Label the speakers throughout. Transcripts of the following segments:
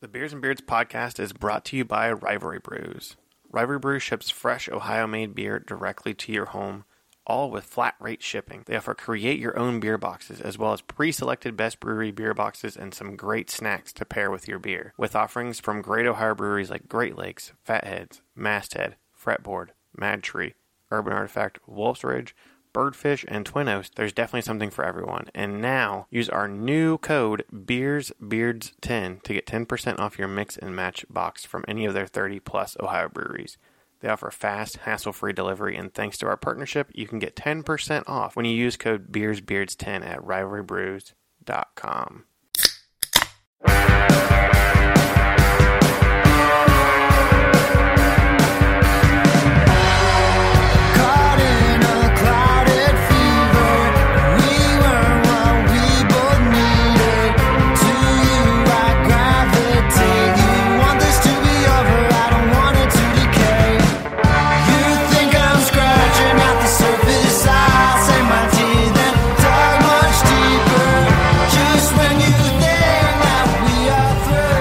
Speaker 1: The Beers and Beards podcast is brought to you by Rivalry Brews. Rivalry Brew ships fresh Ohio made beer directly to your home, all with flat rate shipping. They offer create your own beer boxes, as well as pre selected best brewery beer boxes and some great snacks to pair with your beer, with offerings from great Ohio breweries like Great Lakes, Fatheads, Masthead, Fretboard, Mad Tree, Urban Artifact, Wolf's Ridge, Birdfish, and Twin Oaks, there's definitely something for everyone. And now use our new code BeersBeards10 to get 10% off your mix and match box from any of their 30 plus Ohio breweries. They offer fast, hassle free delivery, and thanks to our partnership, you can get 10% off when you use code BeersBeards10 at rivalrybrews.com.
Speaker 2: Caught in a clouded fever, we were what we both needed. To you I gravitate. You want this to be over? I don't want it to decay. You think I'm scratching at the surface? I'll say my teeth and dive much deeper. Just when you think that we are through.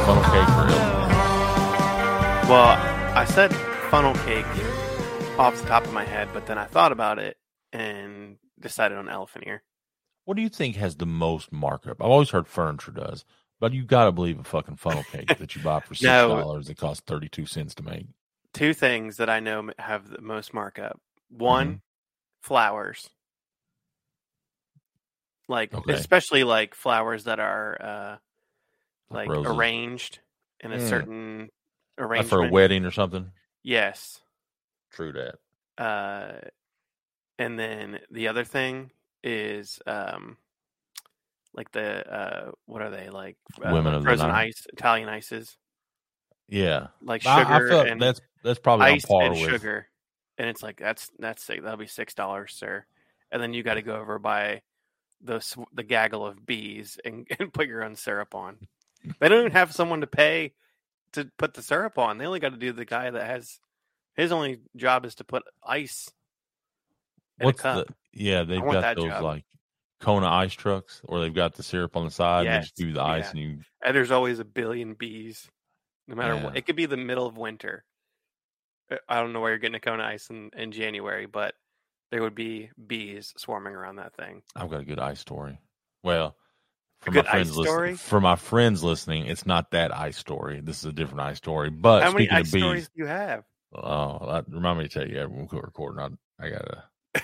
Speaker 3: funnel cake grill.
Speaker 1: Well, I said funnel cake off the top of my head, but then I thought about it and decided on elephant ear.
Speaker 3: What do you think has the most markup? I've always heard furniture does, but you got to believe a fucking funnel cake that you buy for six
Speaker 1: No.
Speaker 3: dollars that costs thirty two cents to make.
Speaker 1: two things that I know m- have the most markup.
Speaker 3: Mm-hmm.
Speaker 1: One, flowers. Like
Speaker 3: Okay.
Speaker 1: especially like flowers that are uh like
Speaker 3: roses.
Speaker 1: arranged in a
Speaker 3: Mm.
Speaker 1: certain
Speaker 3: Like
Speaker 1: arrangement.
Speaker 3: for a wedding or something.
Speaker 1: Yes.
Speaker 3: True that.
Speaker 1: Uh and then the other thing is um like the uh what are they like uh,
Speaker 3: Women of the
Speaker 1: frozen
Speaker 3: night.
Speaker 1: ice Italian ices
Speaker 3: Yeah,
Speaker 1: like
Speaker 3: I- I,
Speaker 1: sugar
Speaker 3: feel
Speaker 1: and
Speaker 3: that's that's probably on
Speaker 1: ice
Speaker 3: par
Speaker 1: and
Speaker 3: with.
Speaker 1: sugar, and it's like that's that's si- that'll be six dollars, sir. And then you got to go over by the s- the gaggle of bees and, and put your own syrup on. They don't even have someone to pay to put the syrup on. They only got to do the guy that has his only job is to put ice. In
Speaker 3: What's
Speaker 1: a cup.
Speaker 3: the? Yeah, they've
Speaker 1: want
Speaker 3: got
Speaker 1: that
Speaker 3: those
Speaker 1: job.
Speaker 3: like Kona ice trucks, where they've got the syrup on the side. and they just
Speaker 1: Yes,
Speaker 3: do the
Speaker 1: yeah.
Speaker 3: ice, and you
Speaker 1: And there's always a billion bees, no matter what.
Speaker 3: Yeah.
Speaker 1: It could be the middle of winter. Uh, I don't know where you're getting a cone of ice in, in January, but there would be bees swarming around that thing.
Speaker 3: I've got a good ice story. Well, for
Speaker 1: good
Speaker 3: my
Speaker 1: ice
Speaker 3: friends
Speaker 1: story?
Speaker 3: listening, for my friends listening, it's not that ice story. This is a different ice story. But
Speaker 1: How many
Speaker 3: speaking
Speaker 1: ice
Speaker 3: of bees,
Speaker 1: stories do you have?
Speaker 3: oh, that- remind me to tell you yeah, when we quit recording. I, I gotta.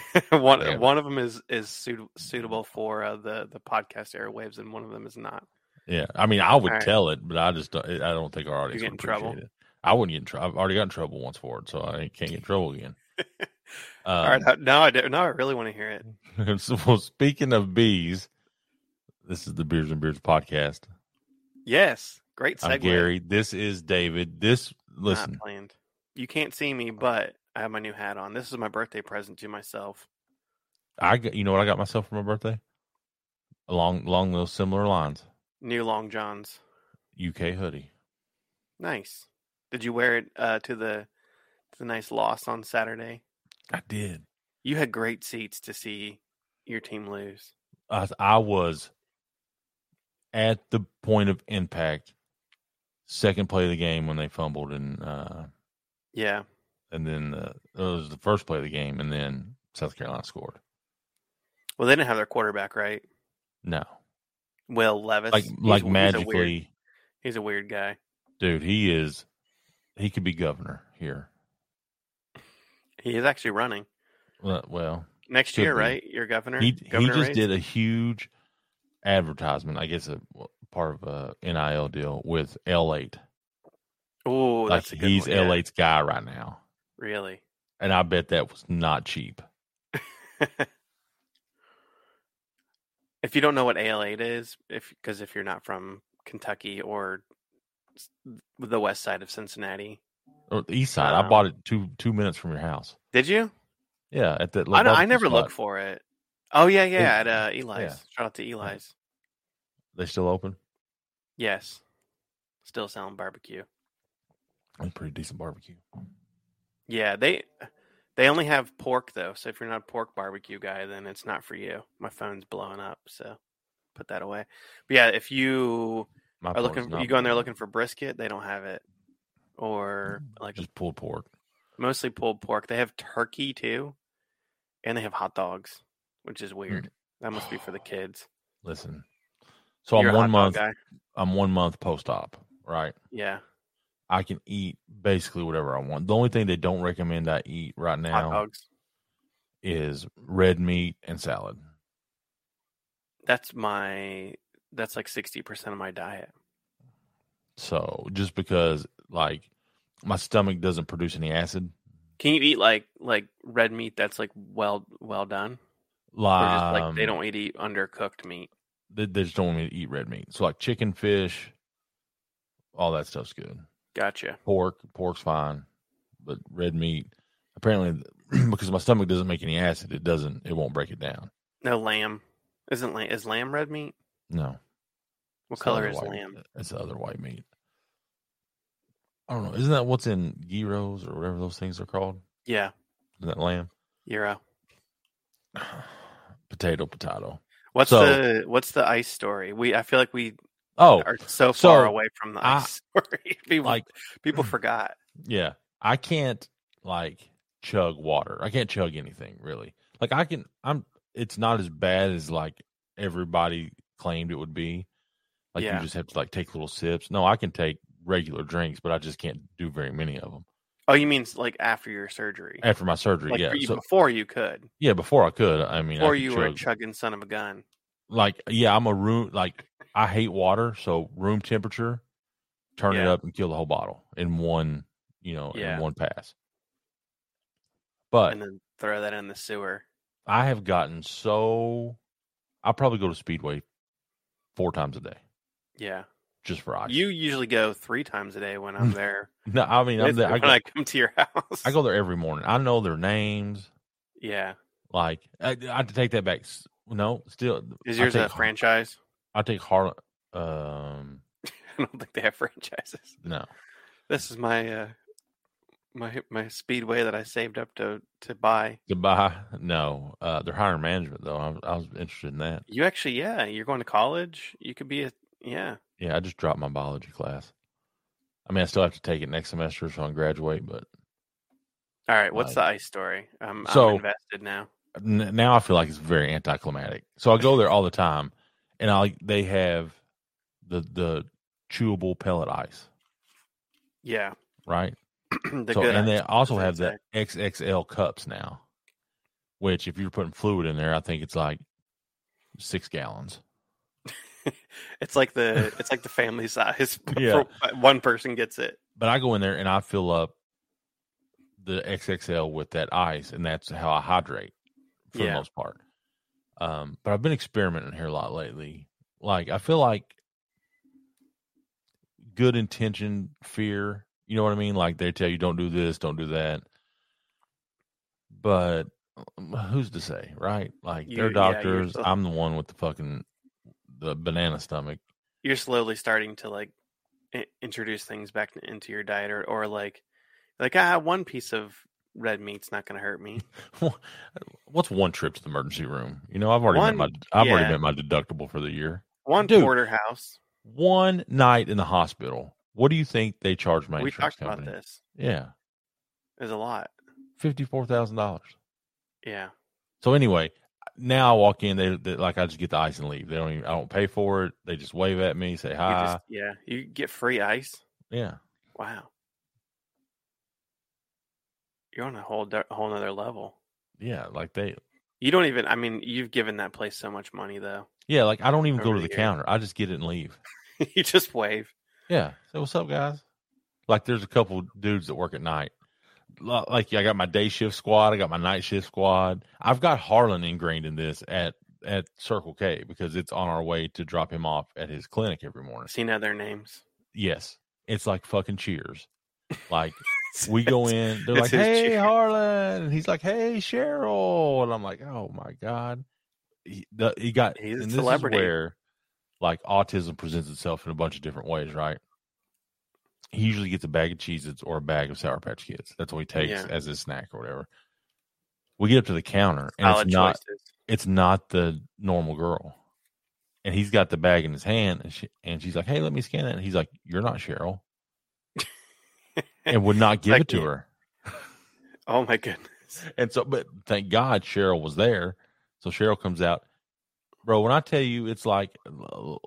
Speaker 1: one
Speaker 3: Yeah.
Speaker 1: one of them is is suit, suitable for uh, the the podcast airwaves, and one of them is not.
Speaker 3: Yeah, I mean, I would
Speaker 1: Alright.
Speaker 3: tell it, but I just don't, I don't think our audience
Speaker 1: get
Speaker 3: would
Speaker 1: in trouble.
Speaker 3: appreciate it. I wouldn't get in trouble. I've already got in trouble once for it, so I ain't- can't get in trouble again. Um,
Speaker 1: All right, I- now I do, now I really want to hear it.
Speaker 3: Uh, so, well, speaking of bees, this is the Beers and Beards podcast.
Speaker 1: Yes, great segue.
Speaker 3: I'm Gary. This is David. This
Speaker 1: Not
Speaker 3: listen.
Speaker 1: planned. You can't see me, but I have my new hat on. This is my birthday present to myself.
Speaker 3: I got you know what I got myself for my birthday? Along along those similar lines.
Speaker 1: New long johns.
Speaker 3: UK hoodie.
Speaker 1: Nice. Did you wear it uh, to the to the nice loss on Saturday?
Speaker 3: I did.
Speaker 1: You had great seats to see your team lose.
Speaker 3: I, I was at the point of impact, second play of the game when they fumbled, and uh,
Speaker 1: Yeah,
Speaker 3: and then uh, it was the first play of the game, and then South Carolina scored.
Speaker 1: well, they didn't have their quarterback right.
Speaker 3: No,
Speaker 1: Will Levis,
Speaker 3: like
Speaker 1: He's-
Speaker 3: like
Speaker 1: he's a weird-
Speaker 3: magically,
Speaker 1: he's a weird guy.
Speaker 3: dude, he is he could be governor here.
Speaker 1: He is actually running
Speaker 3: Well, Well,
Speaker 1: next
Speaker 3: Should
Speaker 1: year,
Speaker 3: be.
Speaker 1: right? Your governor.
Speaker 3: he he
Speaker 1: governor
Speaker 3: just
Speaker 1: race?
Speaker 3: did a huge advertisement. I guess a part of a NIL deal with L8.
Speaker 1: Ooh,
Speaker 3: like
Speaker 1: Oh, that's a good
Speaker 3: he's
Speaker 1: one, yeah,
Speaker 3: L8's guy right now,
Speaker 1: Really?
Speaker 3: and I bet that was not cheap.
Speaker 1: if you don't know what AL8 is, if because if you're not from Kentucky or s- the west side of Cincinnati,
Speaker 3: or the east side.
Speaker 1: Um,
Speaker 3: I bought it two two minutes from your house.
Speaker 1: did you?
Speaker 3: Yeah, at that.
Speaker 1: I, don't-
Speaker 3: barbecue
Speaker 1: I never
Speaker 3: spot.
Speaker 1: looked for it. Oh yeah, yeah, at
Speaker 3: It-
Speaker 1: uh, Eli's. Shout out to Eli's.
Speaker 3: They still open.
Speaker 1: Yes, still selling barbecue.
Speaker 3: That's pretty decent barbecue.
Speaker 1: Yeah, they they only have pork though, so if you're not a pork barbecue guy, then it's not for you. My phone's blowing up, so put that away. But yeah, if you
Speaker 3: My
Speaker 1: are
Speaker 3: pork's
Speaker 1: looking,
Speaker 3: not
Speaker 1: you go in there
Speaker 3: bad.
Speaker 1: looking for brisket, they don't have it, or like
Speaker 3: just pulled pork.
Speaker 1: mostly pulled pork. They have turkey too, and they have hot dogs, which is weird. That must be for the kids.
Speaker 3: Listen, so
Speaker 1: You're
Speaker 3: Mm. I'm
Speaker 1: a
Speaker 3: one
Speaker 1: hot dog
Speaker 3: month.
Speaker 1: guy.
Speaker 3: I'm one month post op, right?
Speaker 1: Yeah,
Speaker 3: I can eat basically whatever I want. The only thing they don't recommend I eat right
Speaker 1: hot
Speaker 3: now
Speaker 1: dogs.
Speaker 3: is red meat and salad.
Speaker 1: That's my. That's like sixty percent of my diet.
Speaker 3: So just because like my stomach doesn't produce any acid,
Speaker 1: Can you eat like like red meat that's like well well done, or
Speaker 3: like,
Speaker 1: just like they don't eat, eat undercooked meat?
Speaker 3: they, they just don't want me to eat red meat. So like chicken, fish, all that stuff's good.
Speaker 1: Gotcha.
Speaker 3: Pork, pork's fine, but red meat apparently because my stomach doesn't make any acid, it doesn't, it won't break it down.
Speaker 1: No lamb. Isn't lamb is lamb red meat?
Speaker 3: No.
Speaker 1: What
Speaker 3: It's the
Speaker 1: color
Speaker 3: other
Speaker 1: is
Speaker 3: white-
Speaker 1: lamb?
Speaker 3: It's the other white meat. I don't know. Isn't that what's in gyros or whatever those things are called?
Speaker 1: Yeah,
Speaker 3: Isn't that lamb?
Speaker 1: gyro.
Speaker 3: potato, potato.
Speaker 1: What's
Speaker 3: So-
Speaker 1: the what's the ice story? We I feel like we
Speaker 3: Oh,
Speaker 1: are so
Speaker 3: so
Speaker 1: far away from the
Speaker 3: I-
Speaker 1: ice story. people,
Speaker 3: like
Speaker 1: people forgot.
Speaker 3: yeah. I can't like chug water. I can't chug anything really. Like I can. I'm. It's not as bad as like everybody claimed it would be. Like
Speaker 1: Yeah.
Speaker 3: you just have to like take little sips. No, I can take regular drinks, but I just can't do very many of them
Speaker 1: Oh, you mean like after your surgery?
Speaker 3: after my surgery.
Speaker 1: like
Speaker 3: yeah.
Speaker 1: pre-
Speaker 3: So
Speaker 1: before you could,
Speaker 3: yeah, before I could. I mean, I
Speaker 1: or
Speaker 3: could
Speaker 1: you were a
Speaker 3: chug-
Speaker 1: chugging son of a gun.
Speaker 3: like yeah i'm a room like i hate water so room temperature turn it
Speaker 1: Yeah.
Speaker 3: up and kill the whole bottle in one you know
Speaker 1: Yeah.
Speaker 3: in one pass but
Speaker 1: and then throw that in the sewer.
Speaker 3: i have gotten so i probably go to speedway four times a day
Speaker 1: Yeah,
Speaker 3: just for ice
Speaker 1: you usually go three times a day when I'm there.
Speaker 3: no i mean I'm
Speaker 1: With-
Speaker 3: there, I,
Speaker 1: when
Speaker 3: go,
Speaker 1: I come to your house,
Speaker 3: I go there every morning i know their names
Speaker 1: Yeah,
Speaker 3: like i, I have to take that back S- no still
Speaker 1: is
Speaker 3: I
Speaker 1: yours a
Speaker 3: take-
Speaker 1: franchise?
Speaker 3: i take harlan um
Speaker 1: I don't think they have franchises.
Speaker 3: no
Speaker 1: This is my uh, my my speedway that I saved up to to buy.
Speaker 3: Goodbye. No, uh, they're higher management though. I, was- I was interested in that.
Speaker 1: You actually, yeah, you're going to college. You could be a yeah.
Speaker 3: Yeah, I just dropped my biology class. I mean, I still have to take it next semester, so I graduate. But
Speaker 1: All right, what's
Speaker 3: Right.
Speaker 1: the ice story? I'm,
Speaker 3: So-
Speaker 1: I'm invested now.
Speaker 3: n- now I feel like it's very anticlimactic. So I go there all the time, and I they have the the chewable pellet ice,
Speaker 1: Yeah,
Speaker 3: right?
Speaker 1: the
Speaker 3: so
Speaker 1: good
Speaker 3: and they
Speaker 1: ice,
Speaker 3: also
Speaker 1: as
Speaker 3: have
Speaker 1: say.
Speaker 3: the XXL cups now, which if you're putting fluid in there, I think it's like six gallons.
Speaker 1: It's like the it's like the family size.
Speaker 3: Yeah.
Speaker 1: For- one person gets it.
Speaker 3: but I go in there and I fill up the XXL with that ice, and that's how I hydrate for the
Speaker 1: Yeah.
Speaker 3: most part. Um, but I've been experimenting here a lot lately. Like I feel like good intention, fear. You know what I mean? Like they tell you don't do this, don't do that. But um, who's to say, right? Like
Speaker 1: You- yeah,
Speaker 3: they're
Speaker 1: you're
Speaker 3: doctors.
Speaker 1: still-
Speaker 3: I'm the one with the fucking the banana stomach.
Speaker 1: You're slowly starting to like i- introduce things back into your diet, or or like like ah, one piece of red meat's not going to hurt me.
Speaker 3: What's one trip to the emergency room? You know, I've already
Speaker 1: One-
Speaker 3: met my I've already
Speaker 1: yeah.
Speaker 3: met my deductible for the year.
Speaker 1: One
Speaker 3: Dude,
Speaker 1: porterhouse.
Speaker 3: One night in the hospital. What do you think they charge my
Speaker 1: We
Speaker 3: insurance
Speaker 1: talked
Speaker 3: company?
Speaker 1: about this.
Speaker 3: Yeah,
Speaker 1: There's a lot.
Speaker 3: fifty four thousand dollars.
Speaker 1: Yeah.
Speaker 3: So anyway, now I walk in. They, they like I just get the ice and leave. They don't even. I don't pay for it. They just wave at me, say
Speaker 1: You
Speaker 3: hi.
Speaker 1: just, yeah. You get free ice.
Speaker 3: yeah,
Speaker 1: Wow. You're on a whole di- whole nother level.
Speaker 3: yeah. Like they.
Speaker 1: You don't even. I mean, you've given that place so much money, though.
Speaker 3: Yeah, like I don't even go
Speaker 1: Over
Speaker 3: to
Speaker 1: the
Speaker 3: the
Speaker 1: years.
Speaker 3: counter. I just get it and leave.
Speaker 1: you just wave.
Speaker 3: Yeah. So what's up, guys? Like, there's a couple dudes that work at night. Lo- Like, I got my day shift squad. I got my night shift squad. I've got Harlan ingrained in this at at Circle K because it's on our way to drop him off at his clinic every morning.
Speaker 1: See now their names.
Speaker 3: Yes, it's like fucking Cheers. Like, we go in. They're
Speaker 1: It's
Speaker 3: like,
Speaker 1: his
Speaker 3: "Hey,
Speaker 1: cheer.
Speaker 3: Harlan," and he's like, "Hey, Cheryl," and I'm like, "Oh my god." He, the, he got
Speaker 1: He's a
Speaker 3: and
Speaker 1: celebrity.
Speaker 3: This is where like autism presents itself in a bunch of different ways, right? He usually gets a bag of Cheez-Its or a bag of Sour Patch Kids. That's what he takes
Speaker 1: Yeah.
Speaker 3: as his snack or whatever. We get up to the counter and
Speaker 1: Solid
Speaker 3: it's not
Speaker 1: choices.
Speaker 3: it's not the normal girl. and he's got the bag in his hand, and she and she's like, "Hey, let me scan it." And he's like, "You're not Cheryl," and would not give it to her.
Speaker 1: Oh my goodness.
Speaker 3: And so, but thank God Cheryl was there. So Cheryl comes out, bro. When I tell you, it's like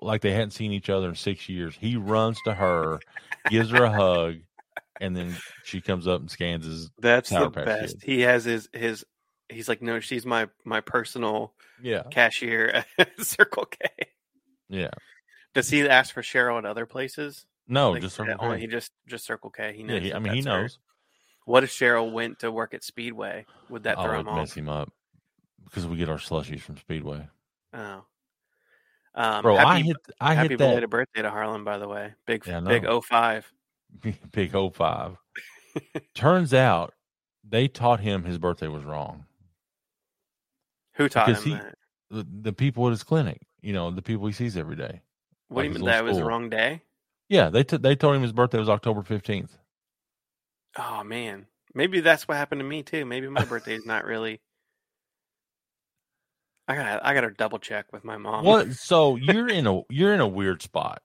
Speaker 3: like they hadn't seen each other in six years. He runs to her, gives her a hug, and then she comes up and scans his.
Speaker 1: That's
Speaker 3: Sour
Speaker 1: the
Speaker 3: Patch
Speaker 1: best.
Speaker 3: Kid.
Speaker 1: He has his his he's like, No, she's my my personal
Speaker 3: Yeah,
Speaker 1: cashier at Circle K.
Speaker 3: yeah.
Speaker 1: Does he ask for Cheryl at other places?
Speaker 3: No,
Speaker 1: Like,
Speaker 3: Oh, just
Speaker 1: at
Speaker 3: Circle
Speaker 1: all?
Speaker 3: K.
Speaker 1: He just just Circle K. He knows.
Speaker 3: Yeah, he, I
Speaker 1: that
Speaker 3: mean, he
Speaker 1: that's her.
Speaker 3: knows.
Speaker 1: What if Cheryl went to work at Speedway? Would that
Speaker 3: oh,
Speaker 1: throw
Speaker 3: it'd
Speaker 1: him off?
Speaker 3: mess him up because we get our slushies from Speedway.
Speaker 1: Oh. Um,
Speaker 3: Bro, I
Speaker 1: happy,
Speaker 3: hit I
Speaker 1: happy
Speaker 3: hit
Speaker 1: belated
Speaker 3: that
Speaker 1: birthday to Harlan, by the way. Big
Speaker 3: Yeah, I
Speaker 1: big
Speaker 3: know.
Speaker 1: 05.
Speaker 3: big 05. Turns out they taught him his birthday was wrong.
Speaker 1: Who taught
Speaker 3: Because
Speaker 1: him
Speaker 3: he-
Speaker 1: that?
Speaker 3: The, the people at his clinic, you know, the people he sees every day.
Speaker 1: What do you
Speaker 3: like his
Speaker 1: mean that
Speaker 3: little
Speaker 1: was the
Speaker 3: school.
Speaker 1: wrong day?
Speaker 3: Yeah, they t- they told him his birthday was October fifteenth.
Speaker 1: Oh man. Maybe that's what happened to me too. Maybe my birthday is not really I gotta I gotta double check with my mom.
Speaker 3: What? So you're in a you're in a weird spot.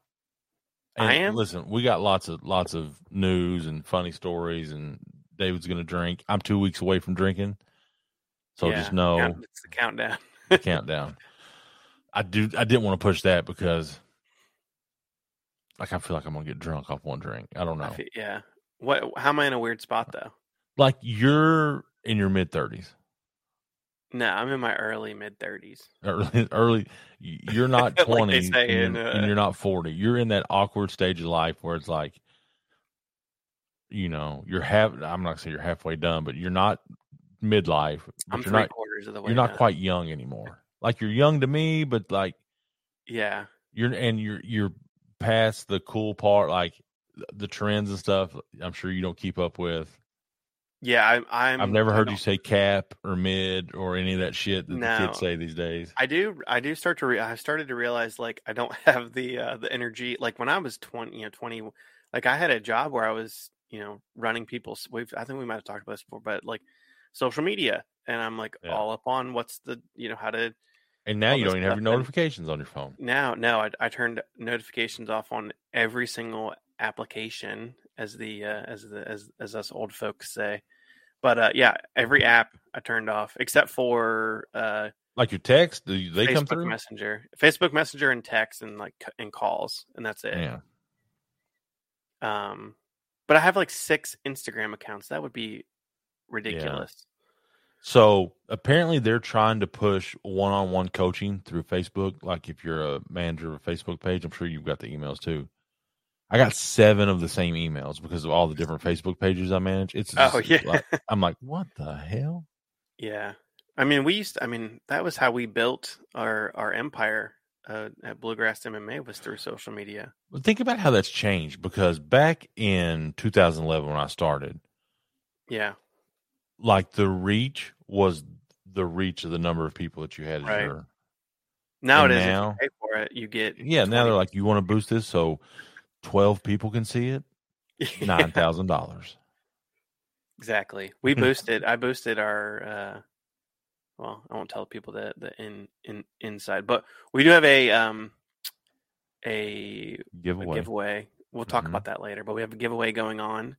Speaker 1: I am?
Speaker 3: Listen, we got lots of lots of news and funny stories, and David's gonna drink. I'm two weeks away from drinking, so
Speaker 1: Yeah,
Speaker 3: just know.
Speaker 1: count- it's the countdown.
Speaker 3: the countdown. I do. I didn't want to push that because, like, I feel like I'm gonna get drunk off one drink. I don't
Speaker 1: I
Speaker 3: know.
Speaker 1: fe- yeah. What how am I in a weird spot though?
Speaker 3: like you're in your mid thirties,
Speaker 1: No, I'm in my early mid thirties.
Speaker 3: early, early. You're not
Speaker 1: Like they
Speaker 3: twenty, and,
Speaker 1: say in,
Speaker 3: you're-
Speaker 1: uh,
Speaker 3: and you're not forty. You're in that awkward stage of life where it's like, you know, you're half. I'm not gonna say you're halfway done, but you're not midlife. But
Speaker 1: I'm
Speaker 3: you're
Speaker 1: three
Speaker 3: not.
Speaker 1: quarters of the way.
Speaker 3: You're not
Speaker 1: done.
Speaker 3: quite young anymore. Like you're young to me, but like
Speaker 1: Yeah.
Speaker 3: you're and you're you're past the cool part like th- the trends and stuff i'm sure you don't keep up with
Speaker 1: Yeah, I'm I'm
Speaker 3: i've never
Speaker 1: I
Speaker 3: heard
Speaker 1: don't-
Speaker 3: you say cap or mid or any of that shit that the
Speaker 1: No.
Speaker 3: kids say these days
Speaker 1: I do. I do start to. Re- I started to realize like I don't have the uh, the energy. Like when I was twenty, you know, twenty, like I had a job where I was, you know, running people's. We've. I think we might have talked about this before, but like social media, and I'm like
Speaker 3: Yeah.
Speaker 1: all up on what's the, you know, how to
Speaker 3: and now
Speaker 1: all
Speaker 3: you
Speaker 1: this
Speaker 3: don't even have your
Speaker 1: stuff, and-
Speaker 3: notifications on your phone
Speaker 1: now. No, I, I turned notifications off on every single application, as the uh, as the as as us old folks say. But uh, yeah, every app I turned off except for uh,
Speaker 3: like your text do you- they come
Speaker 1: Facebook
Speaker 3: through
Speaker 1: Messenger, Facebook Messenger, and text, and like c- and calls, and that's it.
Speaker 3: yeah
Speaker 1: Um, but I have like six Instagram accounts. That would be ridiculous.
Speaker 3: so apparently they're trying to push one-on-one coaching through facebook like if you're a manager of a facebook page i'm sure you've got the emails too i got seven of the same emails because of all the different facebook pages i manage it's
Speaker 1: Oh
Speaker 3: just
Speaker 1: yeah,
Speaker 3: like- I'm like, what the hell?
Speaker 1: yeah. I mean, we used. I mean, that was how we built our our empire uh, at Bluegrass MMA was through social media.
Speaker 3: But think about how that's changed because back in 2011 when I started,
Speaker 1: Yeah,
Speaker 3: like the reach was the reach of the number of people that you had. as
Speaker 1: Right.
Speaker 3: your-
Speaker 1: nowadays
Speaker 3: now-
Speaker 1: if you pay for it, you get
Speaker 3: yeah. Now they're
Speaker 1: 20.
Speaker 3: like, you want to boost this so 12 people can see it,
Speaker 1: Yeah,
Speaker 3: nine thousand dollars.
Speaker 1: exactly. We boosted. I boosted our. uh Well, I won't tell people the the in in inside, but we do have a um a a
Speaker 3: Giveaway.
Speaker 1: giveaway. We'll talk
Speaker 3: Mhm.
Speaker 1: about that later, but we have a giveaway going on.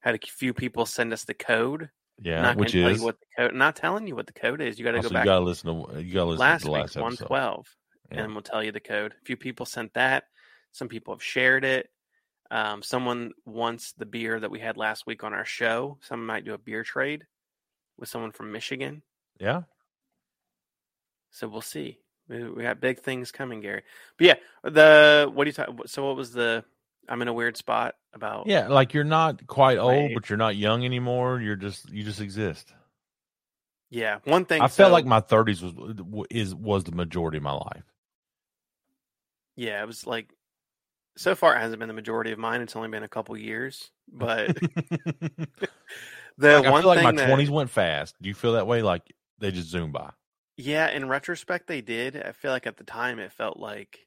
Speaker 1: Had a few people send us the code.
Speaker 3: Yeah,
Speaker 1: not gonna
Speaker 3: which
Speaker 1: tell
Speaker 3: is
Speaker 1: you what the code. Not telling you what the code is. You got to
Speaker 3: also,
Speaker 1: go
Speaker 3: you
Speaker 1: back
Speaker 3: gotta listen to you gotta listen
Speaker 1: last
Speaker 3: to the
Speaker 1: week's
Speaker 3: last
Speaker 1: one
Speaker 3: episode.
Speaker 1: twelve,
Speaker 3: Yeah.
Speaker 1: and we'll tell you the code. A few people sent that. Some people have shared it. Um, someone wants the beer that we had last week on our show. Some might do a beer trade with someone from Michigan.
Speaker 3: Yeah,
Speaker 1: So we'll see. We, we got big things coming, Gary. But yeah, the what do you talk? So what was the? I'm in a weird spot about.
Speaker 3: yeah. Like you're not quite
Speaker 1: My
Speaker 3: old,
Speaker 1: age.
Speaker 3: but you're not young anymore. You're just you just exist.
Speaker 1: yeah. One thing
Speaker 3: I felt
Speaker 1: so-
Speaker 3: like my 30s was is was the majority of my life.
Speaker 1: Yeah, it was like so far it hasn't been the majority of mine. It's only been a couple years, but the
Speaker 3: Like, I
Speaker 1: one
Speaker 3: feel like
Speaker 1: thing
Speaker 3: my
Speaker 1: that,
Speaker 3: 20s went fast. Do you feel that way? Like they just zoom by.
Speaker 1: yeah, in retrospect, they did. I feel like at the time it felt like,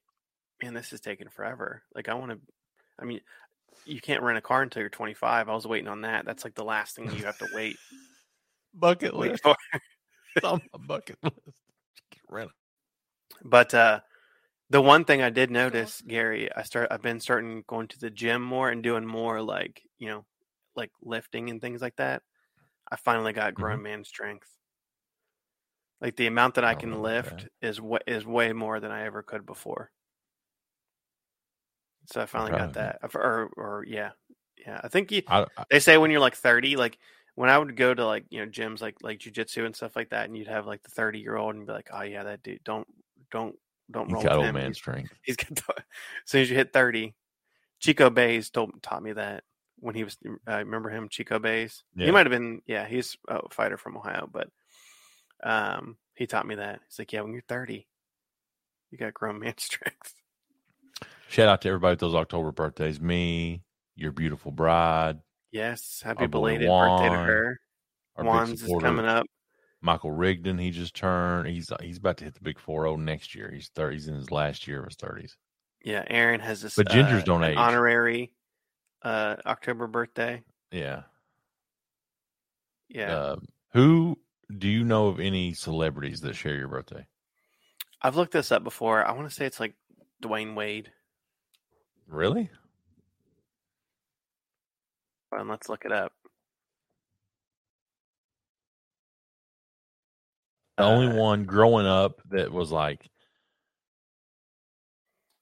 Speaker 1: man, this is taking forever. Like I want to. I mean, you can't rent a car until you're 25. I was waiting on that. That's like the last thing you have to wait,
Speaker 3: Bucket
Speaker 1: wait for.
Speaker 3: on my bucket list.
Speaker 1: But uh, The one thing I did notice, Gary, I start I've been starting going to the gym more and doing more like, you know, like lifting and things like that. I finally got grown man strength. Like the amount that Mm-hmm. Oh, I,
Speaker 3: I don't
Speaker 1: can
Speaker 3: know about
Speaker 1: lift is what is way more than I ever could before. So I finally got
Speaker 3: Okay.
Speaker 1: that. I've- Or or yeah. Yeah. I think you,
Speaker 3: I, I
Speaker 1: they say when you're like 30 like when i would go to like you know gyms like like jujitsu and stuff like that and you'd have like the 30 year old and be like oh yeah that dude don't don't don't
Speaker 3: he's
Speaker 1: roll
Speaker 3: got
Speaker 1: with
Speaker 3: old
Speaker 1: him.
Speaker 3: man
Speaker 1: He's-
Speaker 3: strength.
Speaker 1: he's got the- as soon as you hit 30 chico bays told taught me that when he was i remember him chico bays he
Speaker 3: Yeah.
Speaker 1: might have been yeah he's a fighter from ohio but um he taught me that he's like yeah when you're 30 you got grown man strength
Speaker 3: Shout out to everybody with those October birthdays. Me, your beautiful bride,
Speaker 1: yes happy
Speaker 3: Our boy
Speaker 1: belated birthday to
Speaker 3: Juan,
Speaker 1: her
Speaker 3: our
Speaker 1: Juan's
Speaker 3: big
Speaker 1: is
Speaker 3: supporter,
Speaker 1: coming up
Speaker 3: Michael Rigdon. He just turned. He's he's about to hit the big four zero next year. He's thirty. He's in his last year of his thirties.
Speaker 1: Yeah, Aaron has this.
Speaker 3: But gingers don't
Speaker 1: uh, an
Speaker 3: age.
Speaker 1: Honorary uh, October birthday.
Speaker 3: Yeah.
Speaker 1: Yeah,
Speaker 3: Um, who do you know of any celebrities that share your birthday?
Speaker 1: I've looked this up before. I want to say it's like Dwayne Wade.
Speaker 3: Really?
Speaker 1: Hold on, let's look it up.
Speaker 3: The only
Speaker 1: Uh,
Speaker 3: one growing up that was like,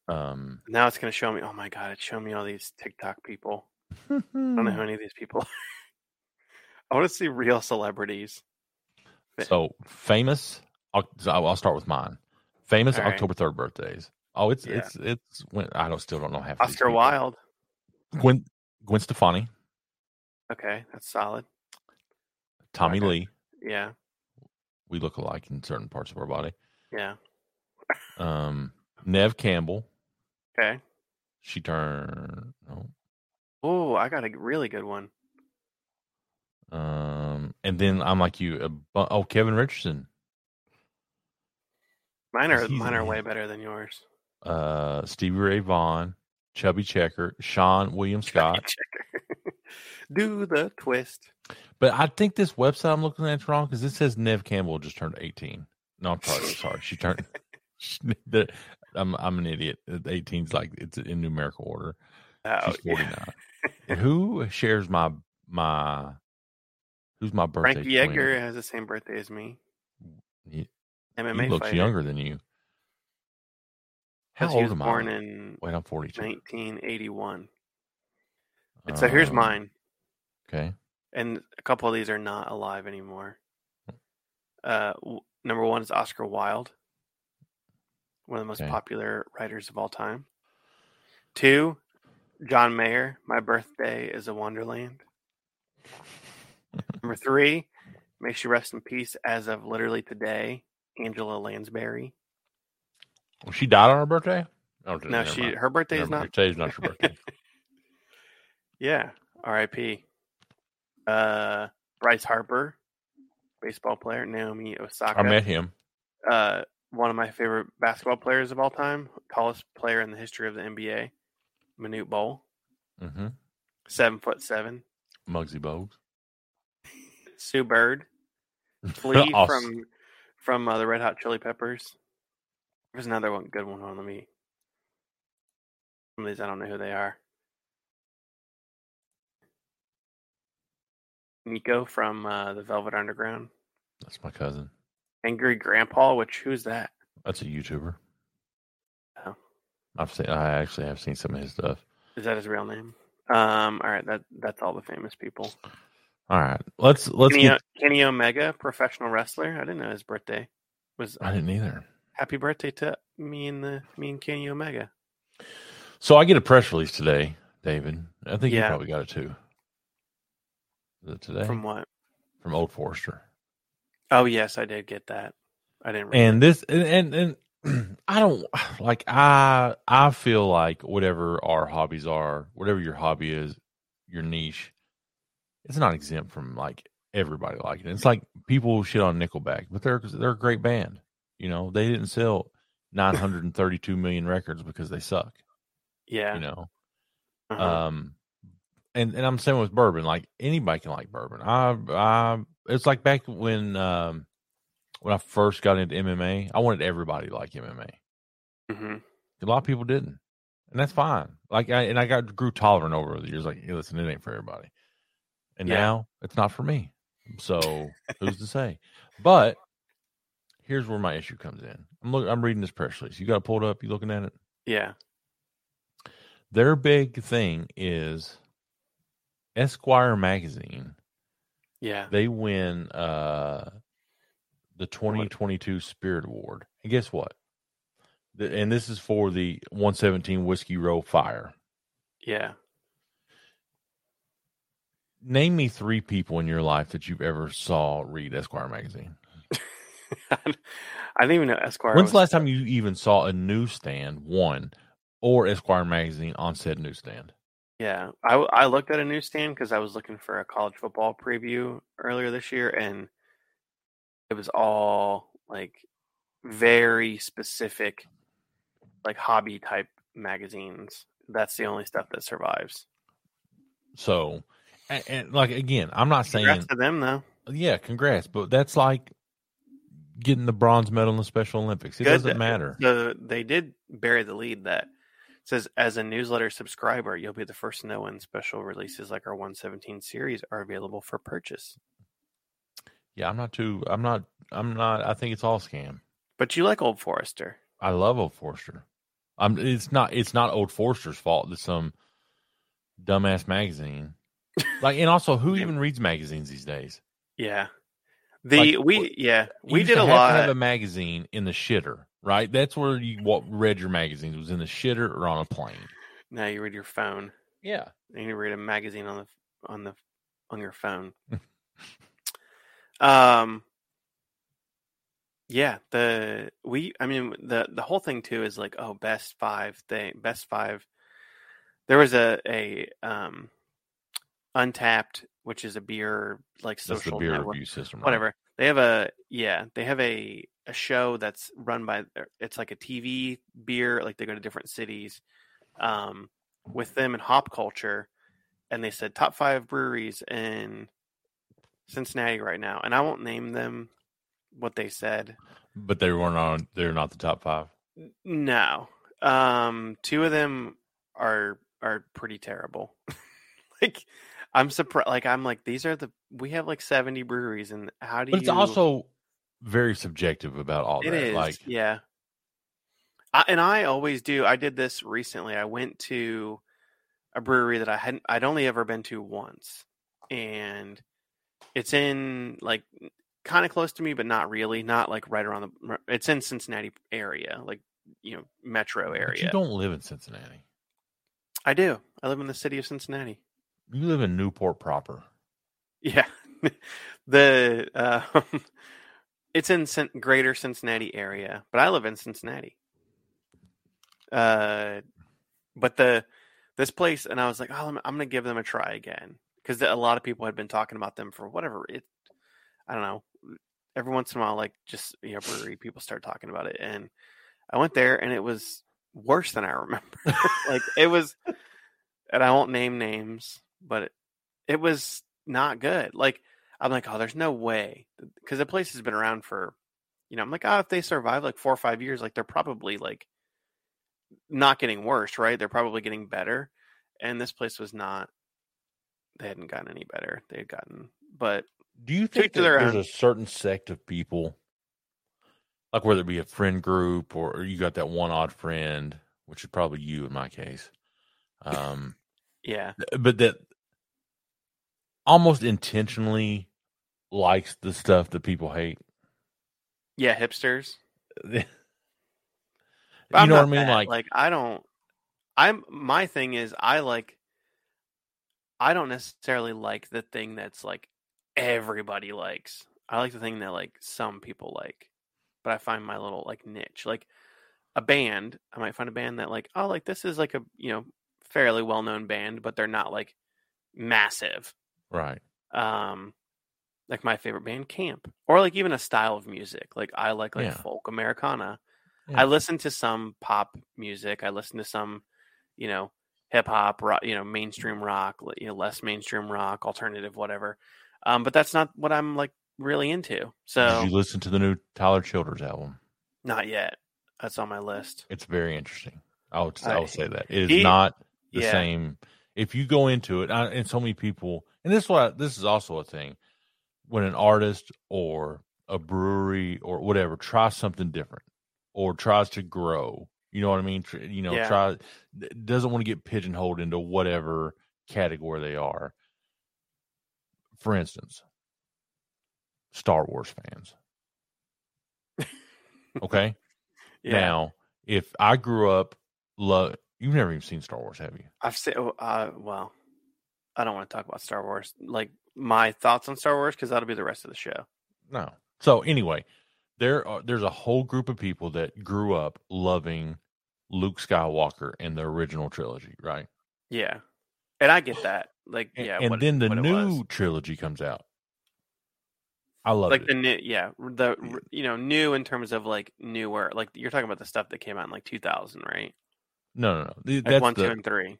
Speaker 3: um,
Speaker 1: Now it's going to show me. Oh my god, it's showing me all these TikTok people.
Speaker 3: I
Speaker 1: I don't know who any of these people. are. I want to see real celebrities.
Speaker 3: So famous. I'll, so I'll I'll start with mine. Famous
Speaker 1: All right.
Speaker 3: October third birthdays. Oh, it's
Speaker 1: Yeah.
Speaker 3: it's it's when I don't still don't know half. of these
Speaker 1: Oscar
Speaker 3: people.
Speaker 1: Wilde.
Speaker 3: Gwen Gwen Stefani,
Speaker 1: Okay, that's solid.
Speaker 3: Tommy
Speaker 1: Okay.
Speaker 3: Lee.
Speaker 1: Yeah,
Speaker 3: We look alike in certain parts of our body.
Speaker 1: yeah.
Speaker 3: Um, Nev Campbell.
Speaker 1: Okay.
Speaker 3: She turned. No.
Speaker 1: Oh, I got a really good one.
Speaker 3: Um, and then I'm like you. a bu- Oh, Kevin Richardson.
Speaker 1: Mine are
Speaker 3: He's in
Speaker 1: mine are
Speaker 3: it.
Speaker 1: way better than yours.
Speaker 3: Uh, Stevie Ray Vaughan, Chubby Checker, Sean William Scott.
Speaker 1: Checker. Do the twist.
Speaker 3: But I think this website I'm looking at is wrong because it says Nev Campbell just turned 18. No, I'm sorry. sorry. She turned. she- the- I'm I'm an idiot. 18's like it's in numerical order.
Speaker 1: Oh,
Speaker 3: She's
Speaker 1: yeah.
Speaker 3: 49. And who shares my my? Who's my birthday?
Speaker 1: Frankie
Speaker 3: twin?
Speaker 1: Edgar has the same birthday as me.
Speaker 3: He-
Speaker 1: MMA
Speaker 3: He looks
Speaker 1: fighter.
Speaker 3: younger than you. How
Speaker 1: Because he
Speaker 3: old
Speaker 1: was
Speaker 3: am I?
Speaker 1: born in
Speaker 3: Wait, I'm 42.
Speaker 1: 1981. And so here's
Speaker 3: Um,
Speaker 1: mine,
Speaker 3: Okay.
Speaker 1: and a couple of these are not alive anymore. Uh, w- number one is Oscar Wilde, one of the most
Speaker 3: Okay.
Speaker 1: popular writers of all time. Two, John Mayer. My birthday is a wonderland. Number three, may she rest in peace. As of literally today, Angela Lansbury.
Speaker 3: Well, she died on her birthday. Oh,
Speaker 1: No, she her birthday is not.
Speaker 3: Today's not your birthday.
Speaker 1: Yeah, R.I.P. Uh, Bryce Harper, baseball player. Naomi Osaka.
Speaker 3: I met him.
Speaker 1: uh, one of my favorite basketball players of all time, tallest player in the history of the NBA, Manute Bowl,
Speaker 3: hmm
Speaker 1: seven foot seven.
Speaker 3: Muggsy Bogues.
Speaker 1: Sue Bird, Flea
Speaker 3: Awesome.
Speaker 1: from from uh, the Red Hot Chili Peppers. There's another one, good one. Hold on, let me. Some of these I don't know who they are. Nico from uh, the Velvet Underground,
Speaker 3: That's my cousin.
Speaker 1: Angry Grandpa. Which who's that?
Speaker 3: That's a YouTuber.
Speaker 1: Oh.
Speaker 3: I've seen. I actually have seen some of his stuff.
Speaker 1: Is that his real name? Um, all right, that that's all the famous people.
Speaker 3: All right, let's let's
Speaker 1: Kenny,
Speaker 3: get.
Speaker 1: Kenny Omega, professional wrestler. I didn't know his birthday was.
Speaker 3: I didn't either.
Speaker 1: Happy birthday to me and the me and Kenny Omega.
Speaker 3: So I get a press release today, David. I think
Speaker 1: Yeah.
Speaker 3: you probably got it too. Is it today
Speaker 1: From
Speaker 3: from,
Speaker 1: what?
Speaker 3: Old Forester?
Speaker 1: Oh yes, I did get that. I didn't. read
Speaker 3: And this and and, and I don't like I I feel like whatever our hobbies are, whatever your hobby is, your niche, it's not exempt from like everybody liking it. It's like people shit on Nickelback, but they're they're a great band. You know, they didn't sell 932 million records because they suck,
Speaker 1: it. Yeah.
Speaker 3: you know.
Speaker 1: uh-huh.
Speaker 3: Um, and and I'm saying with bourbon, like anybody can like bourbon. I I it's like back when um when I first got into MMA, I wanted everybody to like MMA.
Speaker 1: Mhm.
Speaker 3: A lot of people didn't, and that's fine. Like, I, and I got grew tolerant over the years. Like, hey, listen, it ain't for everybody, and
Speaker 1: Yeah.
Speaker 3: now it's not for me. So who's to say? But here's where my issue comes in. I'm look. I'm reading this press release. You got it pulled up. You looking at it?
Speaker 1: Yeah.
Speaker 3: Their big thing is Esquire magazine
Speaker 1: Yeah.
Speaker 3: they win uh the 2022 spirit award and guess what The- and this is for the 117 whiskey row fire
Speaker 1: Yeah.
Speaker 3: name me three people in your life that you've ever saw read esquire magazine
Speaker 1: I didn't even know Esquire.
Speaker 3: when's
Speaker 1: was-
Speaker 3: the last time you even saw a newsstand one or esquire magazine on said newsstand
Speaker 1: Yeah, I, w- I looked at a newsstand because I was looking for a college football preview earlier this year, and it was all like very specific, like hobby type magazines. That's the only stuff that survives.
Speaker 3: so and, and like again i'm not saying
Speaker 1: Congrats to them, though.
Speaker 3: yeah congrats but that's like getting the bronze medal in the special olympics it
Speaker 1: Good
Speaker 3: doesn't
Speaker 1: that-
Speaker 3: matter
Speaker 1: So they did bury the lead that says as a newsletter subscriber, you'll be the first to know when special releases like our 117 series are available for purchase.
Speaker 3: Yeah, I'm not too. I'm not. I'm not. I think it's all scam.
Speaker 1: But you like Old Forester.
Speaker 3: I love Old Forster. I'm. It's not. It's not Old Forster's fault that some dumbass magazine. Like, and also, who even reads magazines these days?
Speaker 1: Yeah. The
Speaker 3: Like,
Speaker 1: we yeah
Speaker 3: You
Speaker 1: we
Speaker 3: used
Speaker 1: did
Speaker 3: to
Speaker 1: a
Speaker 3: have to
Speaker 1: lot
Speaker 3: Have a magazine in the shitter, right? That's where you what, read your magazines was in the shitter or on a plane.
Speaker 1: Now you read your phone.
Speaker 3: Yeah,
Speaker 1: And you read a magazine on the on the on your phone. um yeah, the we I mean the the whole thing too is like oh best 5 thing best 5 there was a a um untapped which is a beer like
Speaker 3: that's the
Speaker 1: social
Speaker 3: beer
Speaker 1: network
Speaker 3: review system. right?
Speaker 1: whatever they have a yeah they have a a show that's run by uh, it's like a tv beer like they go to different cities um with them and hop culture and they said top five breweries in cincinnati right now and i won't name them what they said
Speaker 3: But they weren't on. They're not the top five.
Speaker 1: no um two of them are are pretty terrible like i'm surprised like i'm like these are the we have like 70 breweries and how do
Speaker 3: But
Speaker 1: you
Speaker 3: it's also very subjective about all
Speaker 1: It is,
Speaker 3: that. Like,
Speaker 1: yeah. I, and I always do. I did this recently. I went to a brewery that I hadn't. I'd only ever been to once, and it's in like kind of close to me, but not really. Not like right around the. It's in Cincinnati area, like you know, metro
Speaker 3: but
Speaker 1: area.
Speaker 3: you don't live in Cincinnati.
Speaker 1: I do. I live in the city of Cincinnati.
Speaker 3: You live in Newport proper.
Speaker 1: Yeah. the uh, it's in Cin- greater Cincinnati area, but I live in Cincinnati. Uh but the this place and I was like, "Oh, I'm, I'm going to give them a try again." Cuz a lot of people had been talking about them for whatever it I don't know. Every once in a while like just you know brewery people start talking about it and I went there and it was worse than I remember. like it was and I won't name names, but it, it was not good. Like I'm like, oh, there's no way because the place has been around for, you know, I'm like, oh, if they survive like four or five years, like they're probably like not getting worse, right? They're probably getting better. And this place was not. They hadn't gotten any better. They had gotten, but
Speaker 3: Do you
Speaker 1: To
Speaker 3: think
Speaker 1: each
Speaker 3: that
Speaker 1: to their um
Speaker 3: there's
Speaker 1: own.
Speaker 3: a certain sect of people, like whether it be a friend group or, or you got that one odd friend, which is probably you in my case, um,
Speaker 1: yeah,
Speaker 3: th- but that almost intentionally likes the stuff that people hate?
Speaker 1: yeah, hipsters.
Speaker 3: you
Speaker 1: But I'm
Speaker 3: know what I
Speaker 1: not
Speaker 3: mean?
Speaker 1: that,
Speaker 3: Like,
Speaker 1: like I don't. I'm my thing is I like. I don't necessarily like the thing that's like everybody likes. I like the thing that like some people like, but I find my little like niche. Like a band, I might find a band that like oh like this is like a you know fairly well known band, but they're not like massive
Speaker 3: right.
Speaker 1: um like my favorite band camp or like even a style of music like i like like
Speaker 3: Yeah.
Speaker 1: folk americana
Speaker 3: Yeah.
Speaker 1: i listen to some pop music i listen to some you know hip hop rock you know mainstream rock li- you know less mainstream rock alternative whatever um but that's not what i'm like really into so
Speaker 3: Did you listen to the new Tyler Childers album?
Speaker 1: not yet that's on my list
Speaker 3: It's very interesting. I would I,
Speaker 1: I-
Speaker 3: would say that it is
Speaker 1: he-
Speaker 3: not the
Speaker 1: yeah.
Speaker 3: same. If you go into it, I, and so many people, and this is why this is also a thing when an artist or a brewery or whatever tries something different or tries to grow. You know what I mean? Tr- You know,
Speaker 1: Yeah.
Speaker 3: try d- doesn't want to get pigeonholed into whatever category they are. For instance, Star Wars fans. Okay.
Speaker 1: Yeah.
Speaker 3: Now, if I grew up, love you've never even seen Star Wars, have you?
Speaker 1: I've said, uh, well, I don't want to talk about Star Wars. Like my thoughts on Star Wars, because that'll be the rest of the show.
Speaker 3: No. So anyway, there are there's a whole group of people that grew up loving Luke Skywalker and the original trilogy, right?
Speaker 1: Yeah, and I get that. Like,
Speaker 3: And,
Speaker 1: yeah,
Speaker 3: and
Speaker 1: what-
Speaker 3: then the
Speaker 1: what it
Speaker 3: new
Speaker 1: was.
Speaker 3: trilogy comes out. I love
Speaker 1: like
Speaker 3: it.
Speaker 1: the new, yeah, the you know new in terms of like newer. Like you're talking about the stuff that came out in like 2000, right?
Speaker 3: no, no, no. Th-
Speaker 1: Like
Speaker 3: That's
Speaker 1: one,
Speaker 3: the,
Speaker 1: two, and three.